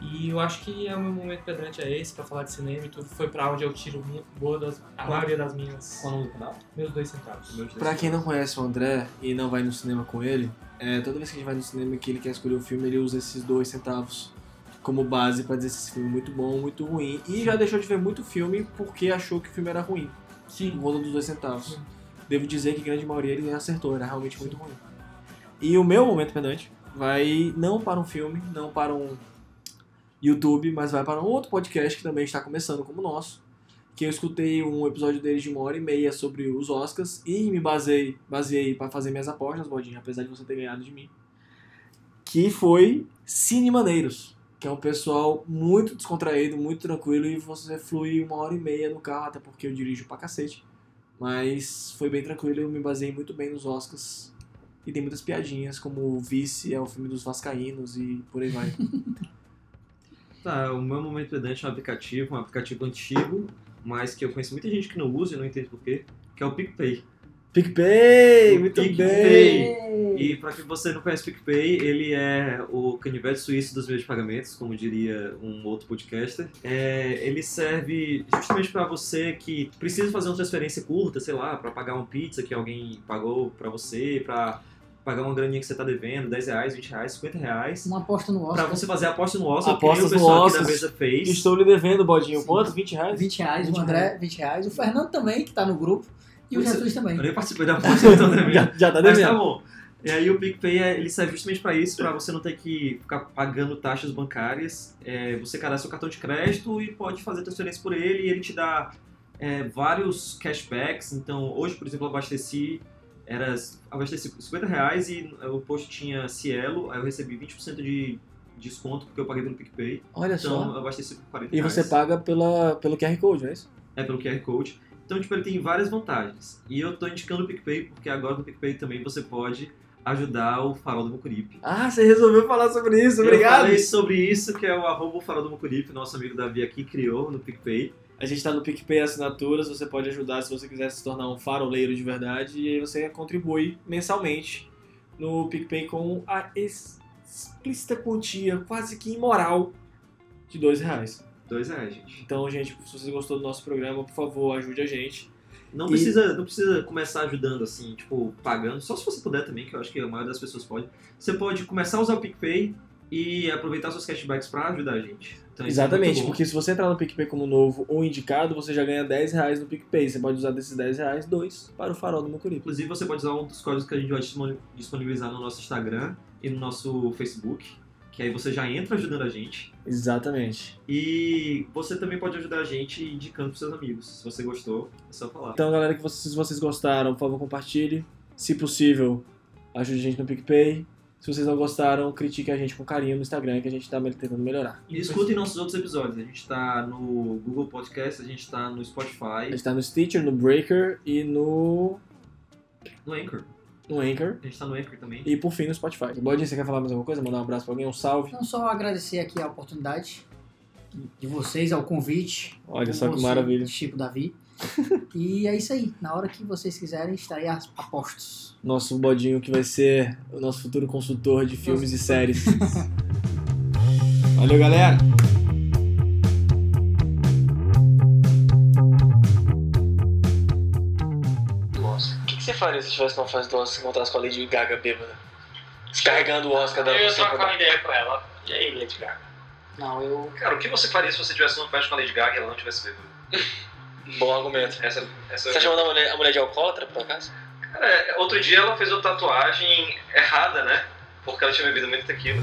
Speaker 2: E eu acho que é o meu momento pedante é esse, pra falar de cinema e tudo. Foi pra onde eu tiro minha, boa das, a maioria das minhas.
Speaker 3: Qual o nome do canal?
Speaker 2: Meus dois centavos.
Speaker 3: Meu Deus.
Speaker 1: pra quem não conhece o André e não vai no cinema com ele, é, toda vez que a gente vai no cinema e que ele quer escolher o filme, ele usa esses dois centavos como base pra dizer se esse filme é muito bom, muito ruim. E já deixou de ver muito filme porque achou que o filme era ruim. Por
Speaker 2: Sim.
Speaker 1: conta dos dois centavos.
Speaker 2: Sim.
Speaker 1: Devo dizer que a grande maioria ele acertou, era realmente muito ruim. E o meu momento pedante vai não para um filme, não para um YouTube, mas vai para um outro podcast que também está começando como o nosso. Que eu escutei um episódio deles de uma hora e meia sobre os Oscars e me basei, baseei para fazer minhas apostas, Bodinho, apesar de você ter ganhado de mim. Que foi Cine Maneiros, que é um pessoal muito descontraído, muito tranquilo e você flui uma hora e meia no carro, até porque eu dirijo pra cacete. Mas foi bem tranquilo, eu me baseei muito bem nos Oscars. E tem muitas piadinhas, como o Vice é o filme dos Vascaínos e por aí vai.
Speaker 3: Tá, o meu momento pedante é um aplicativo, um aplicativo antigo, mas que eu conheço muita gente que não usa e não entende porquê, que é o PicPay.
Speaker 1: PicPay, muito bem!
Speaker 3: E pra quem você não conhece o PicPay, ele é o canivete suíço dos meios de pagamentos, como diria um outro podcaster. É, ele serve justamente pra você que precisa fazer uma transferência curta, sei lá, pra pagar uma pizza que alguém pagou pra você, pra pagar uma graninha que você tá devendo, 10 reais, 20 reais, 50 reais.
Speaker 4: Uma aposta no
Speaker 3: Pra
Speaker 4: Oscar,
Speaker 3: você fazer a aposta no Oscar, que nem o
Speaker 1: Apostas no
Speaker 3: pessoal aqui da
Speaker 1: Oscar.
Speaker 3: mesa fez.
Speaker 1: Estou lhe devendo, Bodinho.
Speaker 4: Sim.
Speaker 1: Quantos? 20 reais?
Speaker 4: 20 reais,
Speaker 1: 20
Speaker 4: o André, 20 reais, o Fernando também, que tá no grupo, e o
Speaker 3: Pois é,
Speaker 4: Jesus também.
Speaker 3: Eu nem participei da aposta, então também.
Speaker 1: Já, já tá
Speaker 3: Mas tá
Speaker 1: devendo.
Speaker 3: bom. E aí o PicPay é- ele serve justamente para isso, para você não ter que ficar pagando taxas bancárias. É, você cadastra seu cartão de crédito e pode fazer transferência por ele e ele te dá é, vários cashbacks. Então hoje, por exemplo, eu abasteci, era, abasteci por 50 reais e o posto tinha Cielo, aí eu recebi 20% de desconto porque eu paguei pelo PicPay.
Speaker 1: Olha só.
Speaker 3: Então eu abasteci por 40
Speaker 1: E
Speaker 3: reais
Speaker 1: você paga pela, pelo QR Code, não é isso?
Speaker 3: é pelo QR Code. Então, tipo, ele tem várias vantagens. E eu tô indicando o PicPay, porque agora no PicPay também você pode ajudar o Farol do Mucuripe.
Speaker 1: Ah, você resolveu falar sobre isso,
Speaker 3: Eu
Speaker 1: obrigado!
Speaker 3: falei sobre isso, que é o arroba o Farol do Mucuripe, nosso amigo Davi aqui criou no PicPay.
Speaker 1: A gente tá no PicPay Assinaturas, você pode ajudar se você quiser se tornar um faroleiro de verdade e aí você contribui mensalmente no PicPay com a ex- explícita quantia quase que imoral de dois reais.
Speaker 3: Dois reais, gente.
Speaker 1: Então, gente, se você gostou do nosso programa, por favor, ajude a gente.
Speaker 3: Não
Speaker 1: E-
Speaker 3: precisa, não precisa começar ajudando assim, tipo, pagando. Só se você puder também, que eu acho que a maioria das pessoas pode. Você pode começar a usar o PicPay e aproveitar seus cashbacks pra ajudar a gente. Então, isso é
Speaker 1: Exatamente,
Speaker 3: muito bom.
Speaker 1: porque se você entrar no PicPay como novo ou indicado, você já ganha 10 reais no PicPay. Você pode usar desses 10 reais, dois para o farol do Mucuripe.
Speaker 3: Inclusive, você pode usar um dos códigos que a gente vai dispon- disponibilizar no nosso Instagram e no nosso Facebook, que aí você já entra ajudando a gente.
Speaker 1: Exatamente.
Speaker 3: E você também pode ajudar a gente indicando pros seus amigos. Se você gostou, é só falar.
Speaker 1: Então, galera, que vocês, se vocês gostaram, por favor, compartilhe. Se possível, ajude a gente no PicPay. Se vocês não gostaram, critique a gente com carinho no Instagram, que a gente tá me- tentando melhorar.
Speaker 3: E escutem nossos outros episódios. A gente tá no Google Podcast, a gente tá no
Speaker 1: A
Speaker 3: Spotify,
Speaker 1: gente tá no Stitcher, no Breaker e no,
Speaker 3: no Anchor.
Speaker 1: no Anchor.
Speaker 3: A gente tá no Anchor também.
Speaker 1: E por fim no Spotify. Bodinho, você quer falar mais alguma coisa? Mandar um abraço pra alguém? Um salve?
Speaker 4: Então, só agradecer aqui a oportunidade de vocês, ao convite.
Speaker 1: Olha
Speaker 4: com
Speaker 1: só que
Speaker 4: você,
Speaker 1: maravilha.
Speaker 4: Chico Davi. e é isso aí. Na hora que vocês quiserem, estarei a, a postos.
Speaker 1: Nosso Bodinho que vai ser o nosso futuro consultor de filmes e séries. Valeu, galera!
Speaker 6: Oscar. O que, que você faria se estivesse numa fase do Oscar e se encontrasse com a Lady Gaga bêbada? Descarregando o Oscar da
Speaker 2: Eu ia
Speaker 6: você
Speaker 2: trocar
Speaker 6: pra...
Speaker 2: uma ideia com ela. E aí, Lady Gaga?
Speaker 4: Não, eu
Speaker 3: Cara, o que você faria se você tivesse numa festa com a Lady Gaga e ela não tivesse bêbado?
Speaker 6: Bom argumento.
Speaker 3: Essa, essa é,
Speaker 6: Você tá chamando a mulher, a mulher de alcoólatra, por acaso?
Speaker 3: Cara, outro dia ela fez uma tatuagem errada, né? Porque ela tinha bebido muito tequila.